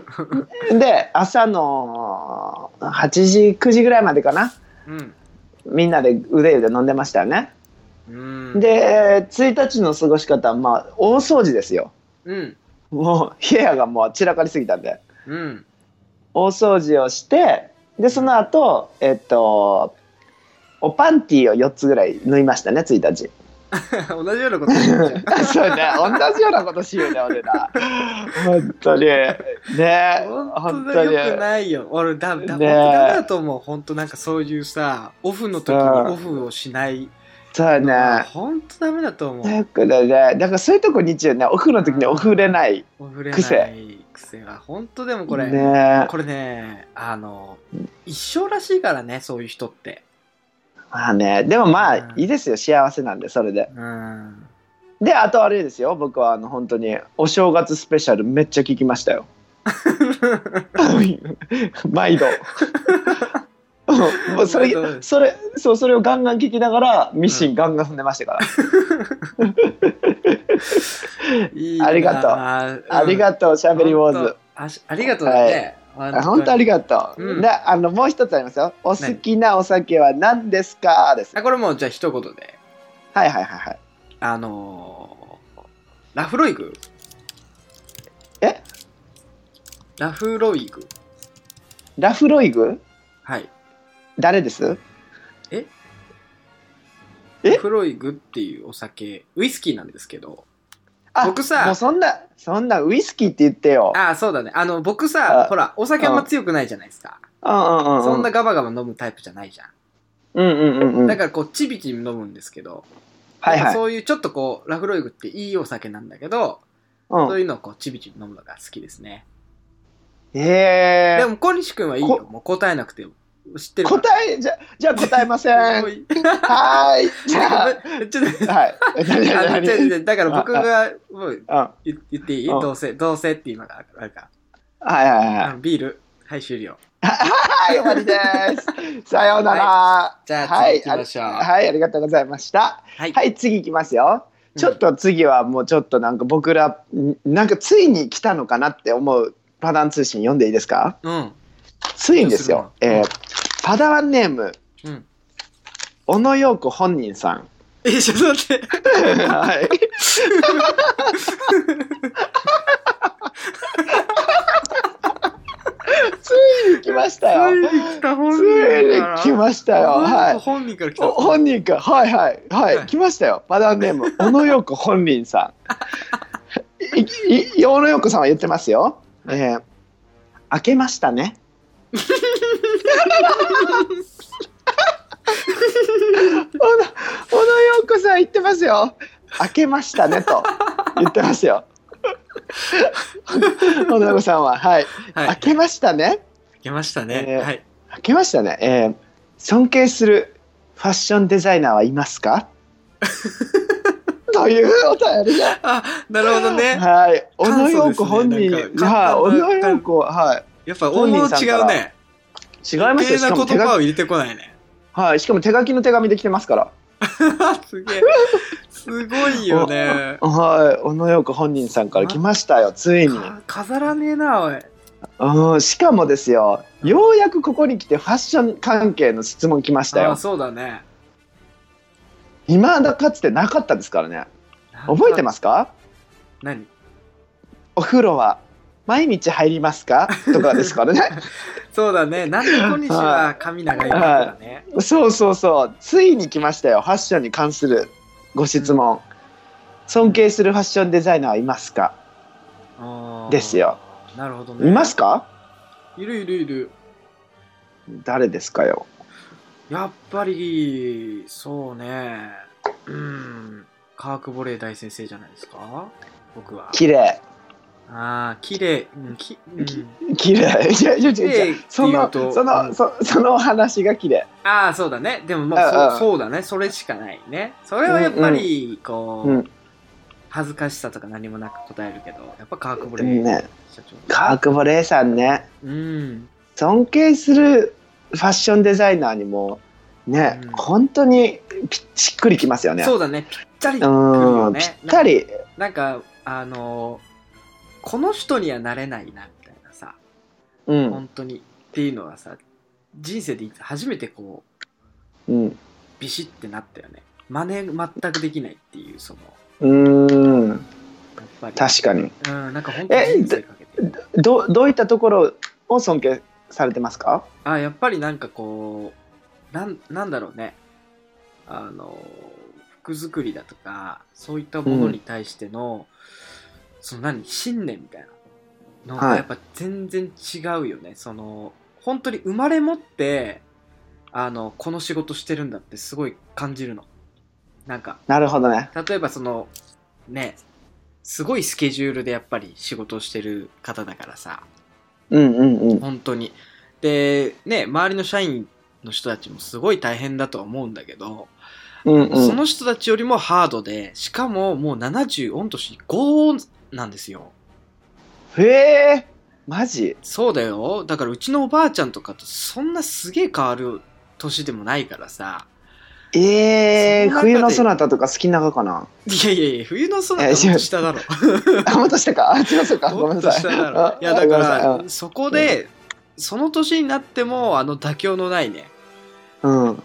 A: [LAUGHS]
B: で朝の8時9時ぐらいまでかな
A: うん
B: みんなで腕で飲んでましたよね、
A: うん
B: で1日の過ごし方はまあ大掃除ですよ
A: うん
B: もう部屋がもう散らかりすぎたんで
A: うん [LAUGHS]
B: 大掃除をしてでその後えっとおパンティーを4つぐらい縫いましたね1日
A: 同じようなこと言っちゃう
B: [LAUGHS] そうね同じようなことしようね俺ら本当にね [LAUGHS]
A: 本
B: 本
A: 当
B: 当
A: に
B: に
A: よくないよ俺だだ、
B: ね
A: 本当
B: え
A: ダメだと思う本当なんかそういうさオフの時に
B: うん
A: オフをしない
B: そうね
A: 本当ダメだと思う
B: だからねだからそういうとこ日曜ねお風呂の時にお風れない
A: オフれな
B: 癖
A: い癖は本当でもこれ、
B: ね
A: これねあの一生らしいからねそういう人って
B: まあねでもまあ
A: うん
B: いいですよ幸せなんでそれで
A: うん
B: であとあれですよ僕はあの本当にお正月スペシャルめっちゃ聞きましたよ [LAUGHS]
A: [LAUGHS]
B: 毎度も [LAUGHS] うそれ
A: 毎度
B: それそうそれをガンガン聞きながらミシンガンガン踏んでましたから、
A: いいな
B: ありがとうありがとうしゃべりウォーズ
A: あしありがとうだね、
B: あ本当ありがとう、
A: うん
B: であのもう一つありますよお好きなお酒は何ですかです
A: あこれもうじゃあ一言で
B: はいはいはいはい
A: あのーラフロイグ
B: え
A: ラフロイグ
B: ラフロイグ
A: はい
B: 誰ですえ
A: ラフロイグっていうお酒ウイスキーなんですけど
B: あ
A: 僕さ
B: もうそんなそんなウイスキーって言ってよ
A: ああそうだねあの僕さ
B: あ
A: ほらお酒あんま強くないじゃないですか
B: うんうんうん
A: そんなガバガバ飲むタイプじゃないじゃん、
B: うんうんうんうん
A: だからこうチビチビ飲むんですけど、
B: はい
A: なんか
B: はい
A: そういうちょっとこうラフロイグっていいお酒なんだけど、そう
B: うん
A: いうのをこうチビチビ飲むのが好きですね
B: へ
A: で
B: え
A: も小西君はいいよ
B: こ
A: もう答えなくても知ってるから
B: 答えじゃじゃあ答えません
A: もういい
B: はーい
A: [LAUGHS]
B: じゃあ
A: ごめんちょっと
B: [LAUGHS] はい
A: あの違う違うだから僕がもう
B: うんはい
A: 言言っていい
B: うん
A: どうせどうせって今があるか
B: はいはい
A: らあのビールはい終了
B: はい、終わりです。さようなら。はい、
A: じゃあ次行きましょう
B: あはい、ありがとうございました。
A: はい
B: はい、次行きますよ。ちょっと次はもうちょっとなんか僕ら、んなんかついに来たのかなって思うパダン通信読んでいいですか
A: うん
B: ついにですよ。
A: どうするの
B: えーパダワンネーム、
A: うん
B: 小野陽子本人さん。
A: えちょっと待って
B: はい。 [LAUGHS] ついに来ましたよ。
A: ついに来た本
B: つ
A: 人
B: いに
A: から
B: 来ましたよ。はい。
A: 本人から来た
B: お本人かはいはいはい、
A: はい
B: 来ましたよパダンネーム小野陽子本人 [LAUGHS] さんいいい小野陽子さんは言ってますよ、えー、明けましたね小野小野陽子さん言ってますよ明けましたねと言ってます [LAUGHS] よ小野陽子さんははい、
A: はい
B: 明けましたね
A: 来ましたね、
B: えー
A: はい
B: 開けましたね、えー尊敬するファッションデザイナーはいます
A: [LAUGHS]
B: かというお便りで
A: あなるほどね
B: はい小野陽
A: 簡素
B: 子本
A: ですね
B: 人、
A: なんか
B: はい小
A: 簡単な
B: 野陽子はい
A: やっぱ大物
B: 本人さん
A: 違
B: か
A: う
B: ら
A: ね
B: 違いますよ
A: 綺麗
B: し
A: な
B: かも手
A: 言
B: 書
A: 葉
B: き
A: を入れてこないね [LAUGHS]
B: はいしかも手書きの手紙で来てますから
A: すげえすごいよね
B: はい小野陽子本人さんから来ましたよついに
A: か飾らねえなおい
B: うんしかもですよようやくここに来てファッション関係の質問来ました
A: あ
B: よ
A: そうだね
B: 今だかつてなかったですからね覚えてますか
A: 何
B: お風呂は毎日入ります
A: [LAUGHS]
B: かとかですからね
A: そうだね。なんで小西は髪長いかだね。
B: そうそうそうついに来ましたよファッションに関するご質問、尊敬するファッションデザイナーはいますか
A: あー
B: ですよ。
A: なるほどね。
B: いますか
A: いるいるいる。
B: 誰ですかよ
A: やっぱり、そうね。うん。カークボレー大先生じゃないですか僕は。
B: 綺麗
A: ああ、綺麗。うん、き、うん。
B: 綺麗いやいやい
A: 綺
B: や
A: 麗
B: いやそ
A: っていうと
B: のそのそその話が綺麗
A: ああ、そうだね。でもまあ、
B: うんうん
A: そうそうだね。それしかないね。それはやっぱり、こう、
B: うん
A: 恥ずかしさとか何もなく答えるけど、やっぱカークボ
B: う
A: レー
B: んね
A: 社長。
B: カークボレーさんね
A: うん。
B: 尊敬するファッションデザイナーにもね、
A: うん
B: 本当にぴしっくりきますよね
A: そうだね。ぴったりくる
B: う
A: よ
B: ん、
A: ね
B: ぴ。ったり
A: なんか、あのーこの人にはなれないな、みたいなさ、
B: うん、
A: 本当に。っていうのはさ、人生で初めてこう、
B: うん、
A: ビシってなったよね。真似全くできないっていう、その、
B: うーん
A: やっぱり。
B: 確かに
A: うん、なんか本当に人生かけて。
B: どどういったところを尊敬されてますか
A: あ、やっぱりなんかこう、なん、なんだろうね。あのー服作りだとか、そういったものに対しての、その何、信念みたいなの
B: は
A: が
B: い
A: やっぱ全然違うよね。その、本当に生まれ持って、あの、この仕事してるんだってすごい感じるの。なんか、
B: なるほどね
A: 例えばそのねすごいスケジュールでやっぱり仕事をしてる方だからさ
B: うんうんうん
A: 本当にでね周りの社員の人たちもすごい大変だとは思うんだけど、
B: うん
A: そ
B: うん
A: の人たちよりもハードでしかももう70御年5なんですよ
B: へえマジ
A: そうだよだからうちのおばあちゃんとかとそんなすげえ変わる年でもないからさ
B: え
A: その中で
B: ー、冬のそなたとか好きなが
A: [LAUGHS]
B: かない
A: やいやいや冬の空の
B: え違う
A: 下だろ
B: あもっとしたかあ違うそうかご
A: も
B: めん
A: っ
B: な
A: と
B: さい
A: 下だろ
B: あ
A: いやだか
B: ごめんなさ
A: らそこでその年になってもあの妥協のないね
B: いうんうん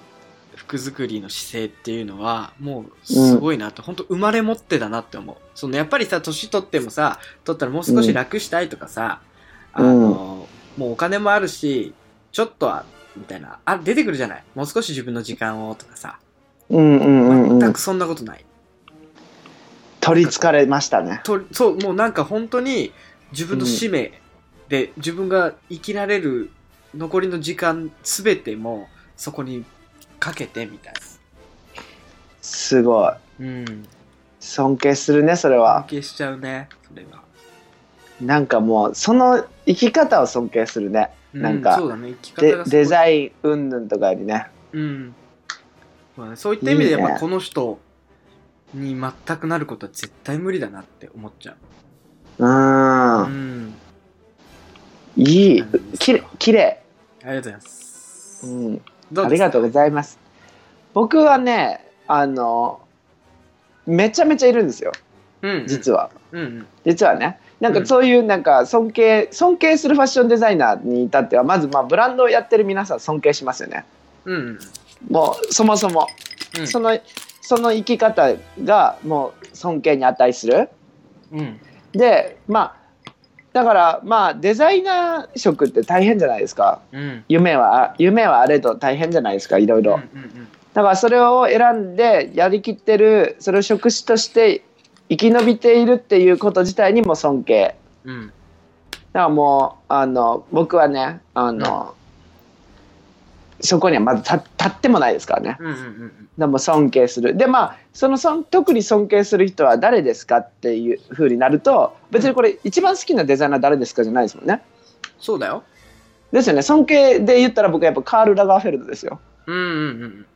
A: 服作りの姿勢っていうのはもうすごいなって、ほん、本当生まれ持ってだなって思うそのやっぱりさ年取ってもさ取ったらもう少し楽したいとかさ、
B: うん
A: あのもうお金もあるしちょっとはみたいなあ出てくるじゃないもう少し自分の時間をとかさ
B: うんうんう
A: 全
B: ん
A: くそんなことない、
B: 取りつかれましたね
A: とそうもうなんか本当に自分の使命で、自分が生きられる残りの時間全てもそこにかけてみたい
B: すごい
A: なうん
B: 尊敬するねそれ
A: 関
B: は
A: 係しちゃうねそれは、
B: なんかもうその生き方を尊敬するね
A: う
B: なんか
A: そうだね生き方
B: で
A: が
B: デ
A: イ
B: ザイン云々とかよりね
A: ン、うんそうだねそういった意味でやっ
B: いい
A: ぱ
B: ね
A: この人に全くなることは絶対無理だなって思っちゃ
B: う
A: う、
B: ーん
A: ん、
B: いい
A: そうなんですよ
B: きれきれ
A: ありがとうございます、
B: い、うん、
A: ど
B: あ
A: うで
B: り
A: すか
B: がとうございます僕はねあのめちゃめちゃいるんですよ
A: うんうん
B: 実は、
A: うんうん
B: 実はねなん
A: う
B: か
A: ん
B: そういうなんか尊敬尊敬するファッションデザイナーに至ってはまずまあブランドをやってる皆さん尊敬しますよね
A: うんうん
B: もうそもそも
A: うん
B: そのその生き方がもう尊敬に値する
A: うん
B: でまあだからまあデザイナー職って大変じゃないですか
A: うん
B: 夢は夢はあれと大変じゃないですかいろいろ、
A: うんうんうん
B: だからそれを選んでやりきってるそれを職種として生き延びているっていうこと自体にも尊敬
A: うん
B: だからもうあの僕はねあの、そこにはまず立立ってもないですからね
A: うんうんうん
B: でも尊敬するでまあその尊特に尊敬する人は誰ですかっていうふうになると別にこれ一番好きなデザイナー誰ですかじゃないですもんね
A: そうだよ
B: ですよね尊敬で言ったら僕はやっぱカール・ラガーフェルドですよ
A: うんうんうん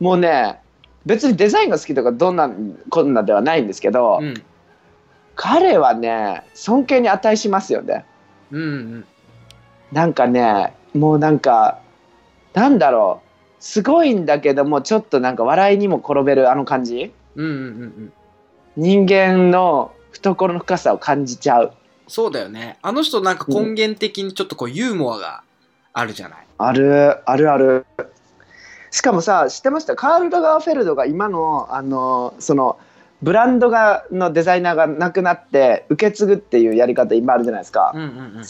B: もうね別にデザインが好きとかどんなこんなではないんですけど、
A: うん
B: 彼はね尊敬に値しますよね
A: うんうん
B: なんかねもうなんかなんだろうすごいんだけどもちょっとなんか笑いにも転べるあの感じ
A: うんうんうんうん
B: 人間の懐の深さを感じちゃう
A: そうだよねあの人なんか根源的にちょっとこうユーモアがあるじゃない
B: あるあるあるしかもさ知ってましたカール・ラガーフェルドが今のあのそのブランドがのデザイナーがなくなって受け継ぐっていうやり方今あるじゃないですか、
A: うんうん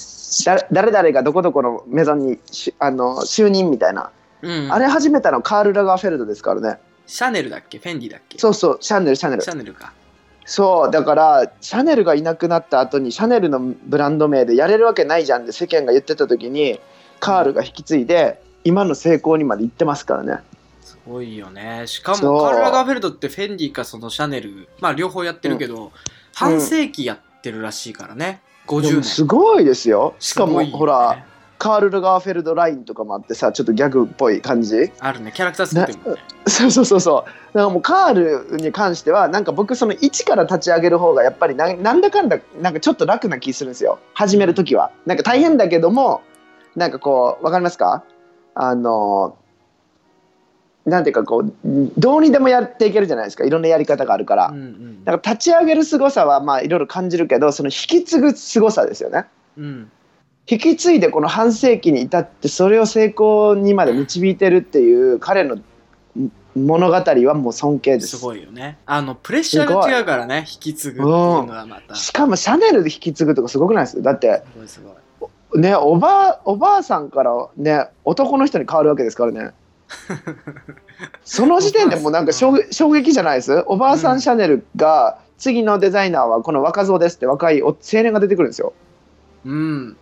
B: だ誰々がどこどこのメゾンにしあの就任みたいな、
A: うんうん
B: あれ始めたのカール・ラガーフェルドですからね
A: シャネルだっけフェンディだっけ
B: そうそうシャネルシャネル
A: シャネルか
B: そうだからシャネルがいなくなった後にシャネルのブランド名でやれるわけないじゃんって世間が言ってた時にカールが引き継いで今の成功にまで行ってますからね
A: すごいよね。しか
B: そ
A: も、
B: う
A: カーラ・ガーフェルドってフェンディかそのシャネル、まあ両方やってるけど、半世紀やってるらしいからね。
B: で
A: 50
B: も
A: 年。
B: すごいですよしか
A: す
B: も、
A: ごいよね
B: ほら。カール・ガーフェルドラインとかもあってさちょっとギャグっぽい感じ
A: あるね。キャラクター作ってるもんね。
B: そうそうそうそうだからもうカールに関してはなんか僕その一から立ち上げる方がやっぱりななんだかんだなんかちょっと楽な気するんですよ始める時はなんか大変だけどもなんかこうわかりますかあのなんていうかこうどうにでもやっていけるじゃないですかいろんなやり方があるから、
A: うんうん
B: だから立ち上げる凄さはまあいろいろ感じるけどその引き継ぐ凄さですよね
A: うん。
B: 引き継いでこの半世紀に至ってそれを成功にまで導いてるっていう彼のん物語はもう尊敬です
A: すごいよね。あの、プレッシャーが違うからね、引き継ぐっていうのはまた。す
B: しかもシャネルで引き継ぐとかすごくないですだって
A: ごいすごい。
B: ねおばあおばあさんからね男の人に変わるわけですからねその時点でも
A: [LAUGHS]
B: うなんか衝撃衝撃じゃないですおばあさ
A: うん
B: んシャネルが次のデザイナーはこの若造ですって若いお青年が出てくるんですよ
A: うん。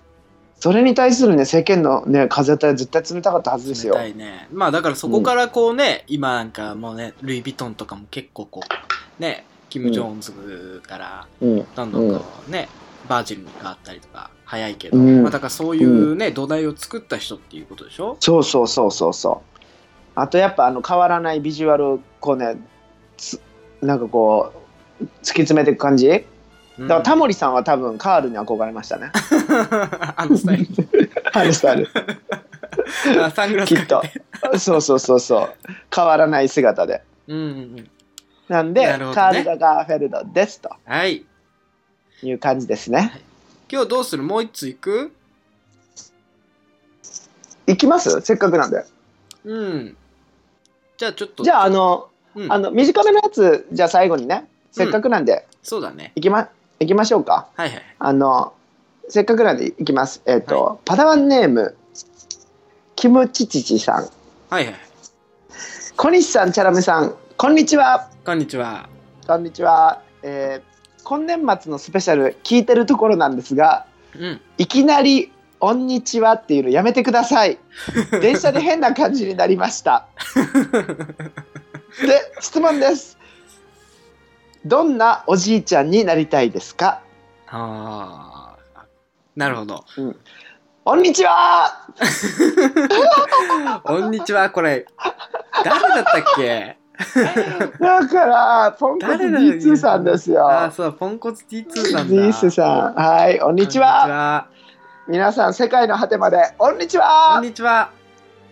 B: それに対するね世間のね風当たりは絶対冷たかったはずです
A: 冷
B: よ
A: たいね。まあだからそこからこうね、今なんかもうね、ルイ・ヴィトンとかも結構こう、ね、キム・ジョーンズから、
B: うん
A: どんどんこうね、バージルに変わったりとか、早いけど、
B: うん
A: まあだからそういうね、土台を作った人っていうことでしょ
B: そうそうそうそうそうあとやっぱあの変わらないビジュアルをこうねつなんかこう突き詰めていく感じだ
A: うん
B: からタモリさんは多分カールに憧れましたね
A: [LAUGHS] あのス
B: [LAUGHS]
A: タイ
B: ハルスタイル
A: [LAUGHS] ル。あサングラス
B: き
A: か
B: っ
A: けて
B: と。そうそうそうそう変わらない姿で
A: うんうんうん。
B: なんで、
A: なるほどね
B: カール・ガーフェルドですと
A: はい。
B: いう感じですね
A: 今日どうするもう一つ行く
B: いきますせっかくなんで
A: うん。じゃあちょっと。
B: じゃああの
A: うん
B: あの短めのやつじゃあ最後にねせっかくなんで、
A: そうだね。
B: いきまいきましょうか
A: はいはい。
B: あのせっかくなんでいきます。えっ、と、パダワンネームキムチチチさん、
A: はいはい。
B: 小西さん、チャラメさん、こんにちは。
A: こんにちは。
B: こんにちは。えー今年末のスペシャル聞いてるところなんですが、
A: うん。
B: いきなりこんにちはっていうのやめてください。電車で変な感じになりました。で質問です。どんなおじいちゃんになりたいですか。
A: ああ。なるほど。
B: こんにちは。
A: こんにちは。これ、誰だったっけ
B: [LAUGHS] だからポンコツ
A: 誰だよ
B: D2 さんですよ。
A: ああ、そう、ポンコツ T2 さんだ。
B: リースさん、はい、こん
A: こん
B: に
A: にち
B: ちは。
A: は。
B: 皆さん、世界の果てまで、こんにち
A: こん
B: は。
A: にちは。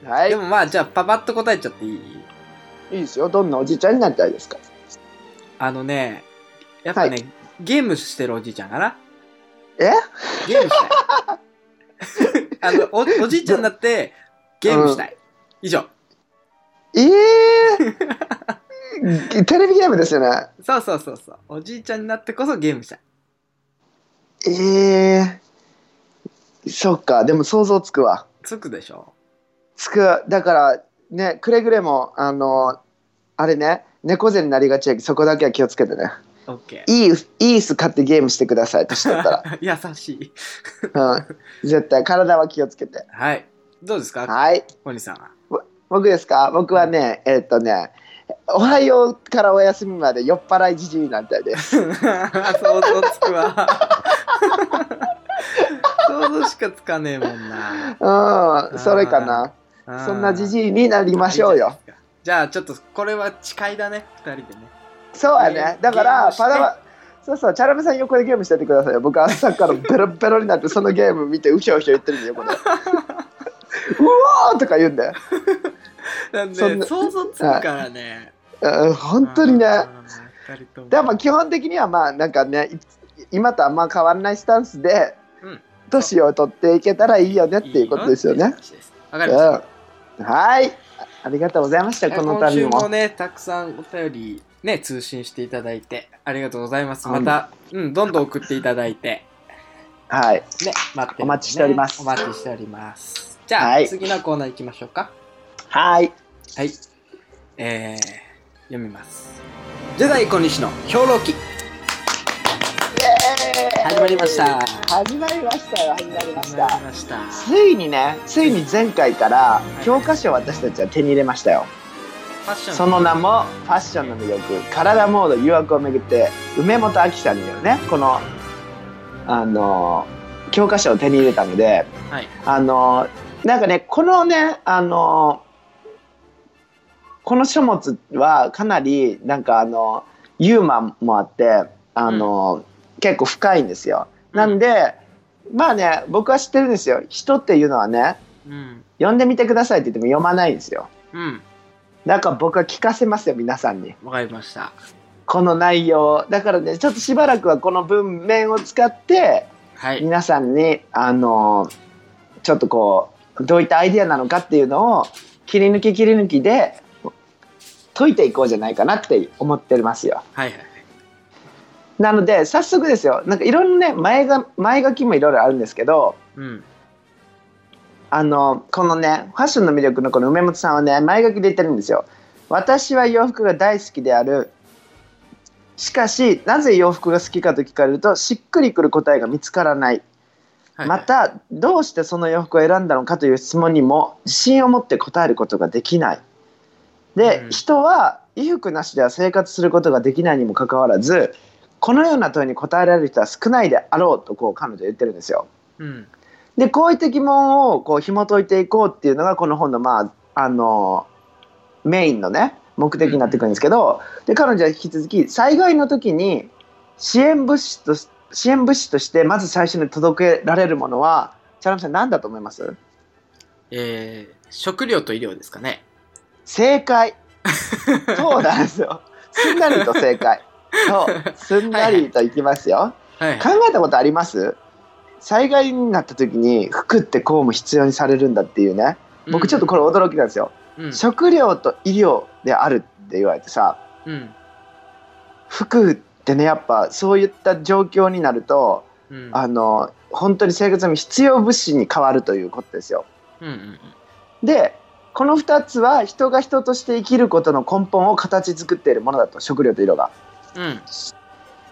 B: は
A: で
B: い、
A: もまあ、じゃあ、パパッと答えちゃっていい
B: いいですよ。どんなおじいちゃんになりたいですか。
A: あのね、やっぱね、
B: は
A: ゲームしてるおじいちゃんかな。
B: え
A: ゲームしたい。あの [LAUGHS] お、おじいちゃんになって、ゲームしたい。以上。 [LAUGHS]
B: ええテレビゲームですよね。
A: そうそうそうそう。おじいちゃんになってこそゲームしたい。
B: ええそっか、でも想像つくわ。
A: つくでしょ
B: つく、だから、ね、くれぐれも、あの、あれね。猫背になりがちやけどそこだけは気をつけてね
A: オッケ
B: いいいい椅子買ってゲームしてください年だった
A: ー。優しい。
B: ら、うん、絶対体は気をつけて
A: はい。どうですか、
B: はい
A: 小西さん [LAUGHS] は。
B: 僕ですか僕はね、えーっとね、おはようからお休みまで酔っ払いじじいになりたいです。
A: 想像つくわ。 [LAUGHS] 想像しかつかねえもんな。
B: うん、それかな。
A: あー
B: そんなじじいになりましょうよ。。
A: じゃあ、ちょっとこれは誓いだね、二人でね。
B: そうや
A: ゲー
B: ね
A: ム。
B: だか
A: ゲーム
B: ら、
A: して
B: パラマ、そうそう、チャラメさん横でゲームしててくださいよ。僕は朝からベロベロになって、そのゲーム見て、うひょうひょ言ってるんで、
A: [LAUGHS]
B: 横で。うおーとか言うんだよ。
A: なんで
B: そんな
A: 想像つくからね。
B: うん、本当にね。
A: あー。二人とも
B: でも基本的にはまあなんかねい今とあんま変わらないスタンスで
A: うん
B: 年、を取っていけたらいいよねっていうことですよ
A: い
B: ね。
A: いよわかりました。
B: うん、はいあありがとうございましたこの
A: 今
B: 度
A: 週も
B: も
A: ね、たくさんお便り、ね、通信していただいて、ありがとうございます。また、うん、どんどん送っていただいて、
B: はい
A: ね、待ってるんでね
B: お待ちしております
A: お待ちしております。じゃあ、
B: はい
A: 次のコーナー行きましょうか。
B: はい
A: はい。えー、読みます。ジェダイ小西の兵糧記。
B: イエーイ
A: 始まりました
B: 始まりましたよ始まりまし
A: 始まり
B: た
A: ました
B: ついにねついに前回から教科書を私たちは手に入れましたよ
A: ファッション
B: その名も「ファッションの魅力体モード誘惑」をめぐって梅本亜紀さんによるねこのあの教科書を手に入れたので
A: はい
B: あのなんかねこのねあのこの書物はかなりなんかあのユーマもあってあの、結構深いんですよ。なんで、まあね僕は知ってるんですよ人っていうのはね
A: うん
B: 読んでみてくださいって言っても読まないんですよ。
A: うん
B: だから僕は聞かせますよ皆さんに
A: わかりました
B: この内容だからねちょっとしばらくはこの文面を使って
A: はい
B: 皆さんにあのちょっとこうどういったアイディアなのかっていうのを切り抜き切り抜きで解いていこうじゃないかなって思ってますよ
A: はいはい
B: なので早速ですよなんかいろんなね前が前書きもいろいろあるんですけど
A: うん
B: あのこのねファッションの魅力のこの梅本さんはね前書きで言ってるんですよ私は洋服が大好きであるしかしなぜ洋服が好きかと聞かれるとしっくりくる答えが見つからない
A: はい
B: またどうしてその洋服を選んだのかという質問にも自信を持って答えることができないで、
A: うん
B: 人は衣服なしでは生活することができないにもかかわらずこのような問いに答えられる人は少ないであろうとこう彼女は言ってるんですよ
A: うん
B: でこういった疑問をこう紐解いていこうっていうのがこの本のまああのメインのね目的になってくるんですけど、で彼女は引き続き災害の時に支援物資と支援物資としてまず最初に届けられるものはチャラムさん何だと思います
A: えー、食料と医療ですかね
B: 正
A: [LAUGHS]
B: 解そうなんですよすんなりと正解そうすんなりといきますよ、
A: はい
B: 考
A: はい
B: えたことあります災害になった時に服ってこうも必要にされるんだっていうね僕ちょっとこれ驚きなんですよ、
A: うんうん
B: 食料と医療であるって言われてさ
A: うん
B: 服ってねやっぱそういった状況になると、
A: うん
B: あの本当に生活に必要物資に変わるということですよ。
A: うんうん
B: でこの2つは人が人として生きることの根本を形作っているものだと食料と色が。
A: うん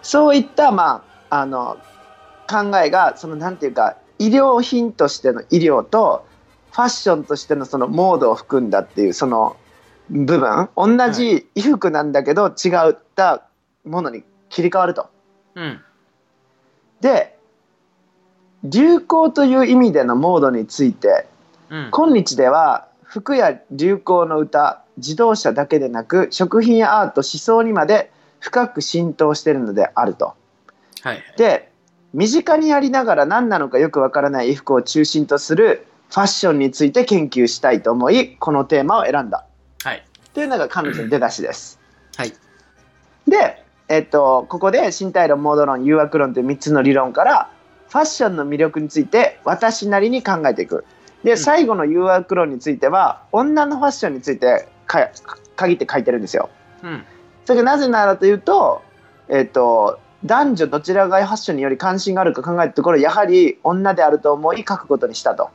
B: そういった、まあ、あの考えがそのなんていうか医療品としての医療とファッションとしてのそのモードを含んだっていうその部分同じ衣服なんだけど違ったものに切り替わると。
A: うん
B: で流行という意味でのモードについて
A: うん
B: 今日では服や流行の歌自動車だけでなく食品やアート思想にまで深く浸透しているのであると。
A: はいはい
B: で身近にありながら何なのかよくわからない衣服を中心とするファッションについて研究したいと思いこのテーマを選んだ
A: はい
B: というのが彼女の出だしです。
A: はい
B: で、えっとここで身体論モード論誘惑論という3つの理論からファッションの魅力について私なりに考えていく。
A: う
B: で
A: ん
B: 最後の誘惑論については女のファッションについてか限って書いてるんですよ。
A: うん
B: それがなぜならというと,、えっと男女どちらがファッションにより関心があるか考えたところやはり女であると思い書くことにしたと。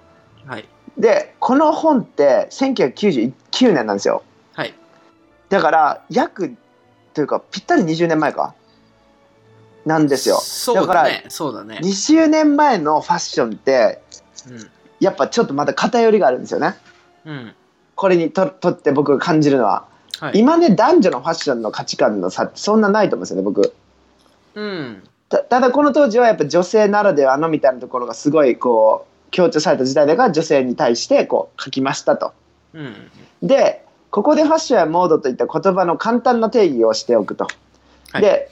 A: はい
B: でこの本って1999年なんですよ
A: はい
B: だから約というかぴったり20年前かなんですよ。
A: そうだねそうだね
B: 20年前のファッションってやっぱちょっとまだ偏りがあるんですよね。
A: うんうん
B: これにととって僕が感じるのは、
A: はい
B: 今ね男女のファッションの価値観の差ってそんなないと思うんですよね僕。
A: うん
B: たただこの当時はやっぱ女性ならではのみたいなところがすごいこう強調された時代だから女性に対してこう書きましたと。
A: うん
B: でここでファッションやモードといった言葉の簡単な定義をしておくと。
A: はい
B: で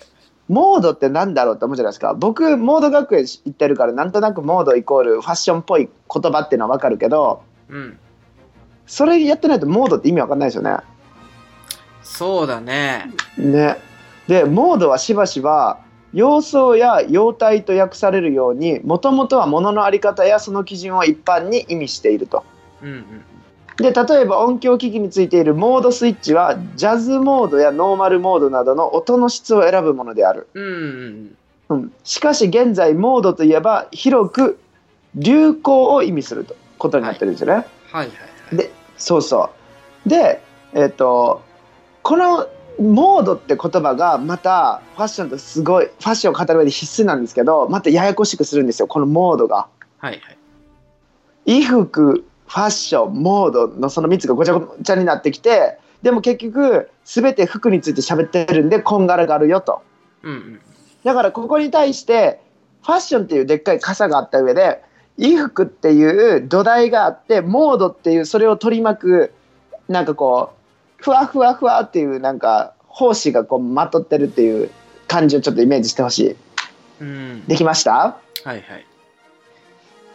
B: モードってなんだろうって思うじゃないですか僕モード学園行ってるからなんとなくモードイコールファッションっぽい言葉っていうのは分かるけど
A: うん
B: それやってないとモードって意味わかんないですよね。
A: そうだね
B: ね、でモードはしばしば様相や様態と訳されるようにもともとは物のあり方やその基準を一般に意味していると。
A: うん
B: で例えば音響機器についているモードスイッチはジャズモードやノーマルモードなどの音の質を選ぶものである、
A: うんうん
B: うん、しかし現在モードといえば広く流行を意味するとことになってるんですよね。
A: はいはいはい
B: でそうそうでえっ、とこのモードって言葉がまたファッションとすごいファッションを語る上で必須なんですけどまたややこしくするんですよこのモードが
A: はいはい
B: 衣服ファッションモードのその3つがごちゃごちゃになってきてでも結局全て服について喋ってるんでこんがらがるよと
A: うんうん
B: だからここに対してファッションっていうでっかい傘があった上で衣服っていう土台があってモードっていうそれを取り巻くなんかこうふわふわふわっていうなんか胞子がこうまとってるっていう感じをちょっとイメージしてほしい
A: うん
B: できました
A: はいはい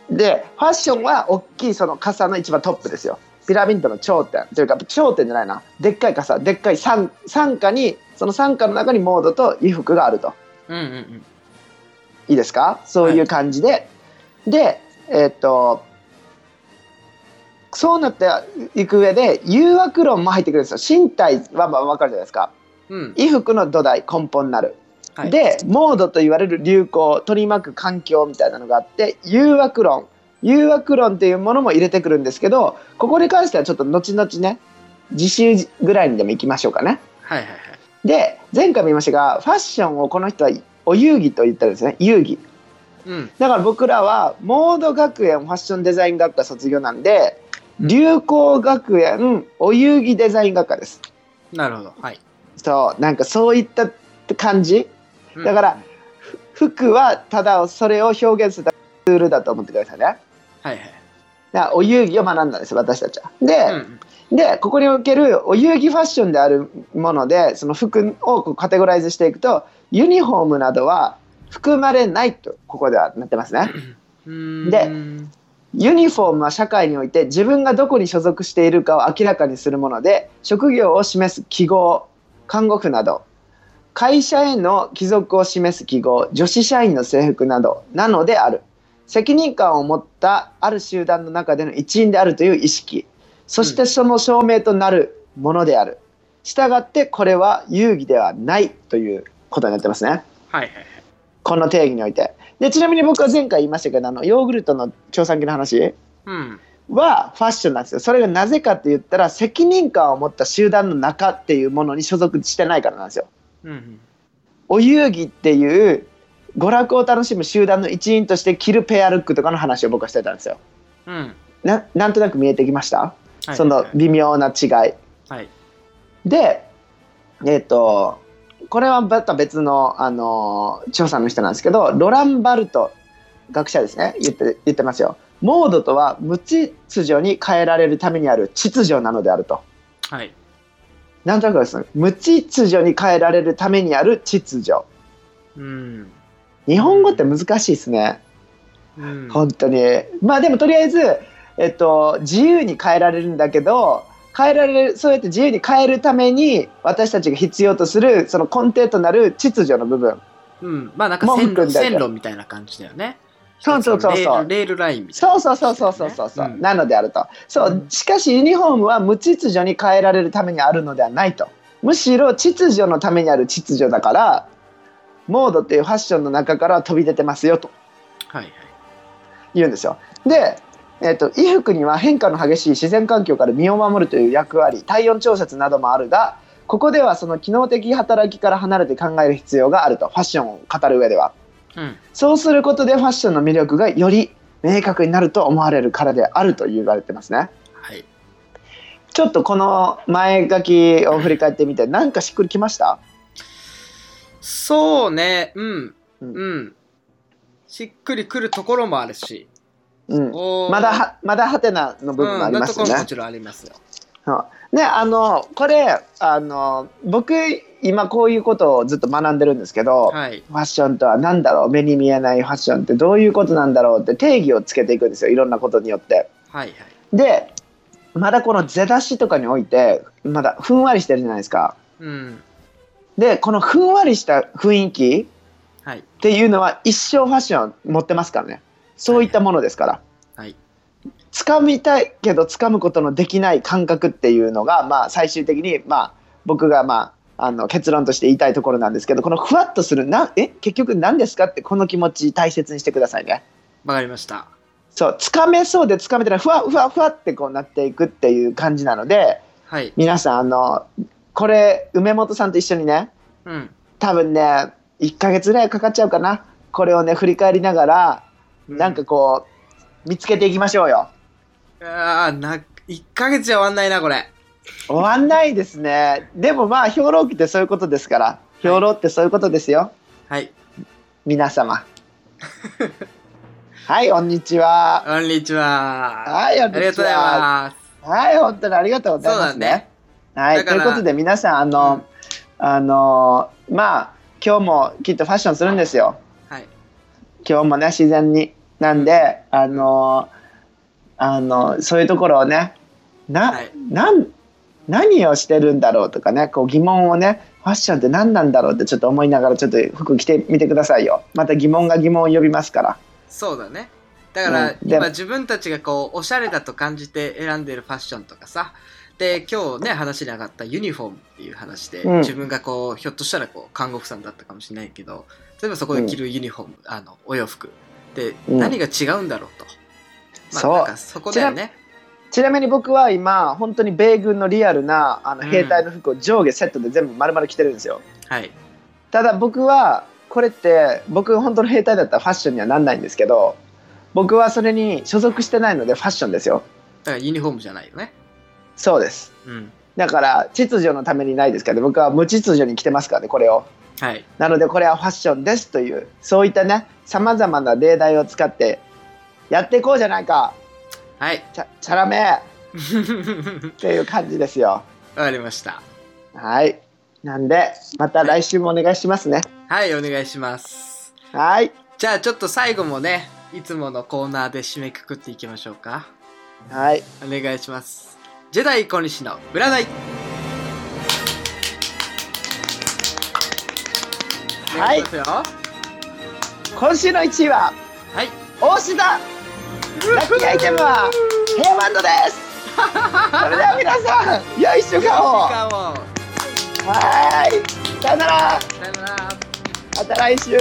B: でファッションは大きいその傘の一番トップですよピラミッドの頂点というか頂点じゃないなでっかい傘でっかい傘傘下にその傘下の中にモードと衣服があると
A: うんうんうん
B: いいですかそういう感じで、でえーっとそうなっていく上で誘惑論も入ってくるんですよ身体はまあ分かるじゃないですか
A: うん
B: 衣服の土台根本になる、
A: はい
B: でモードと言われる流行取り巻く環境みたいなのがあって誘惑論誘惑論っていうものも入れてくるんですけどここに関してはちょっと後々ね自習ぐらいにでも行きましょうかね
A: はいはいはい
B: で前回も言いましたがファッションをこの人はお遊戯と言ったんですね遊戯
A: うん
B: だから僕らはモード学園ファッションデザイン学科卒業なんで流行学園お遊戯デザイン学科です
A: なるほどはい
B: そうなんかそういった感じ
A: うん
B: だからふ服はただそれを表現するツールだと思ってくださいね
A: はいはい
B: だからお遊戯を学んだんです私たちはで、
A: うんうん
B: でここにおけるお遊戯ファッションであるものでその服をこうカテゴライズしていくとユニフォームなどは含まれないとここではなってますね
A: うーん
B: でユニフォームは社会において自分がどこに所属しているかを明らかにするもので職業を示す記号看護婦など会社への帰属を示す記号女子社員の制服などなのである責任感を持ったある集団の中での一員であるという意識そしてその証明となるものであるしたがってこれは遊戯ではないということになってますね
A: はいはいはい
B: この定義においてでちなみに僕は前回言いましたけどあのヨーグルトの調産機の話
A: うん
B: はファッションなんですよそれがなぜかって言ったら責任感を持った集団の中っていうものに所属してないからなんですよ
A: うんうん
B: お遊戯っていう娯楽を楽しむ集団の一員として着るペアルックとかの話を僕はしてたんですよ
A: うん
B: ななんとなく見えてきました、
A: はい
B: その微妙な違い
A: はい
B: でえっ、とこれはまた別の、あのー調査の人なんですけどロラン・バルト学者ですね言って言ってますよモードとは無秩序に変えられるためにある秩序なのであると
A: はい
B: なんとなくですね無秩序に変えられるためにある秩序
A: うん
B: 日本語って難しいですね、
A: うん
B: 本当にまあでもとりあえず、えっと、自由に変えられるんだけど変えられるそうやって自由に変えるために私たちが必要とするその根底となる秩序の部分
A: うんまあなんか
B: 文
A: 線
B: 句
A: 路
B: みたい
A: 線
B: な
A: 路みたいな感じだよね
B: そうそうそうそう
A: 一つのレールレールラインみたいな
B: そうそうそうそうそうそう、
A: うん
B: なのであるとそう、
A: うん
B: しかしユニフォームは無秩序に変えられるためにあるのではないとむしろ秩序のためにある秩序だからモードっていうファッションの中からは飛び出てますよと
A: はいはい
B: 言うんですよで、えっと衣服には変化の激しい自然環境から身を守るという役割体温調節などもあるがここではその機能的働きから離れて考える必要があるとファッションを語る上では
A: うん
B: そうすることでファッションの魅力がより明確になると思われるからであると言われてますね。
A: はい
B: ちょっとこの前書きを振り返ってみてなんかしっくりきました
A: そうねうん
B: う
A: うんん、しっくりくるところもあるし
B: うん。
A: おー
B: まだは、まだハテナの部分もありますよ
A: うん、なところ
B: ね
A: もも。ちろんありますよ
B: ね、あの、これ、あの、僕、今こういうことをずっと学んでるんですけど、
A: はい
B: ファッションとは何だろう目に見えないファッションってどういうことなんだろうって定義をつけていくんですよ。いろんなことによって。
A: はいはい
B: でまだこの出だしとかにおいてまだふんわりしてるじゃないですか
A: うん
B: でこのふんわりした雰囲気
A: はい
B: っていうのは一生ファッション持ってますからねそういったものですから、
A: はい
B: 掴みたいけど掴むことのできない感覚っていうのが、まあ、最終的に、まあ、僕が、まあ、あの結論として言いたいところなんですけどこのふわっとするなえ結局何ですかってこの気持ち大切にしてくださいね
A: わかりました
B: そう掴めそうで掴めてないふわふわふわってこうなっていくっていう感じなので
A: はい
B: 皆さんあのこれ梅本さんと一緒にね
A: うん
B: 多分ね1ヶ月ぐらいかかっちゃうかなこれをね振り返りながらなんかこう見つけていきましょうよ
A: ああな1ヶ月じゃ終わんないなこれ
B: 終わんないですねでもまあ兵糧記ってそういうことですから兵糧ってそういうことですよ
A: はい
B: 皆様はいこんにちは
A: こんにちは
B: はい
A: ありがとうございます
B: はい本当にありがとうございますねはい、
A: だ
B: と
A: か
B: い
A: ら
B: うことで皆さんあの、あのまあ今日もきっとファッションするんですよ
A: はい
B: 今日もね自然になんであのあのそういうところをねな、
A: はい
B: なん何をしてるんだろうとかねこう疑問をねファッションって何なんだろうってちょっと思いながらちょっと服着てみてくださいよまた疑問が疑問を呼びますから
A: そうだねだから
B: うんで
A: 今自分たちがこうおしゃれだと感じて選んでるファッションとかさで今日ね話に上がったユニフォームっていう話で、
B: うん
A: 自分がこうひょっとしたらこう看護婦さんだったかもしれないけど例えばそこで着るユニフォーム、あのお洋服で、
B: うん
A: 何が違うんだろうと、まあ、
B: そう
A: なんかそこだよね
B: ちなみに僕は今本当に米軍のリアルなあの兵隊の服を上下セットで全部丸々着てるんですよ、
A: はい
B: ただ僕はこれって僕本当の兵隊だったらファッションにはなんないんですけど僕はそれに所属してないのでファッションですよ
A: だからユニフォームじゃないよね
B: そうです
A: うん
B: だから秩序のためにないですけど僕は無秩序に着てますからねこれを
A: はい
B: なのでこれはファッションですというそういったねさまざまな例題を使ってやっていこうじゃないか
A: はい [LAUGHS]
B: チャチャラめっていう感じですよ
A: わかりました
B: はいなんでまた来週もお願いしますね
A: はいお願いします
B: はい
A: じゃあちょっと最後もねいつものコーナーで締めくくっていきましょうか
B: はい
A: お願いしますジェダイ小西の占い
B: はい
A: お願しますよは
B: 今週の1位はい大志田ラッキーアイテムはヘアバンドです [LAUGHS] それでは皆さん良い週間を
A: 時間を
B: はーいさよなら
A: さよなら
B: また来週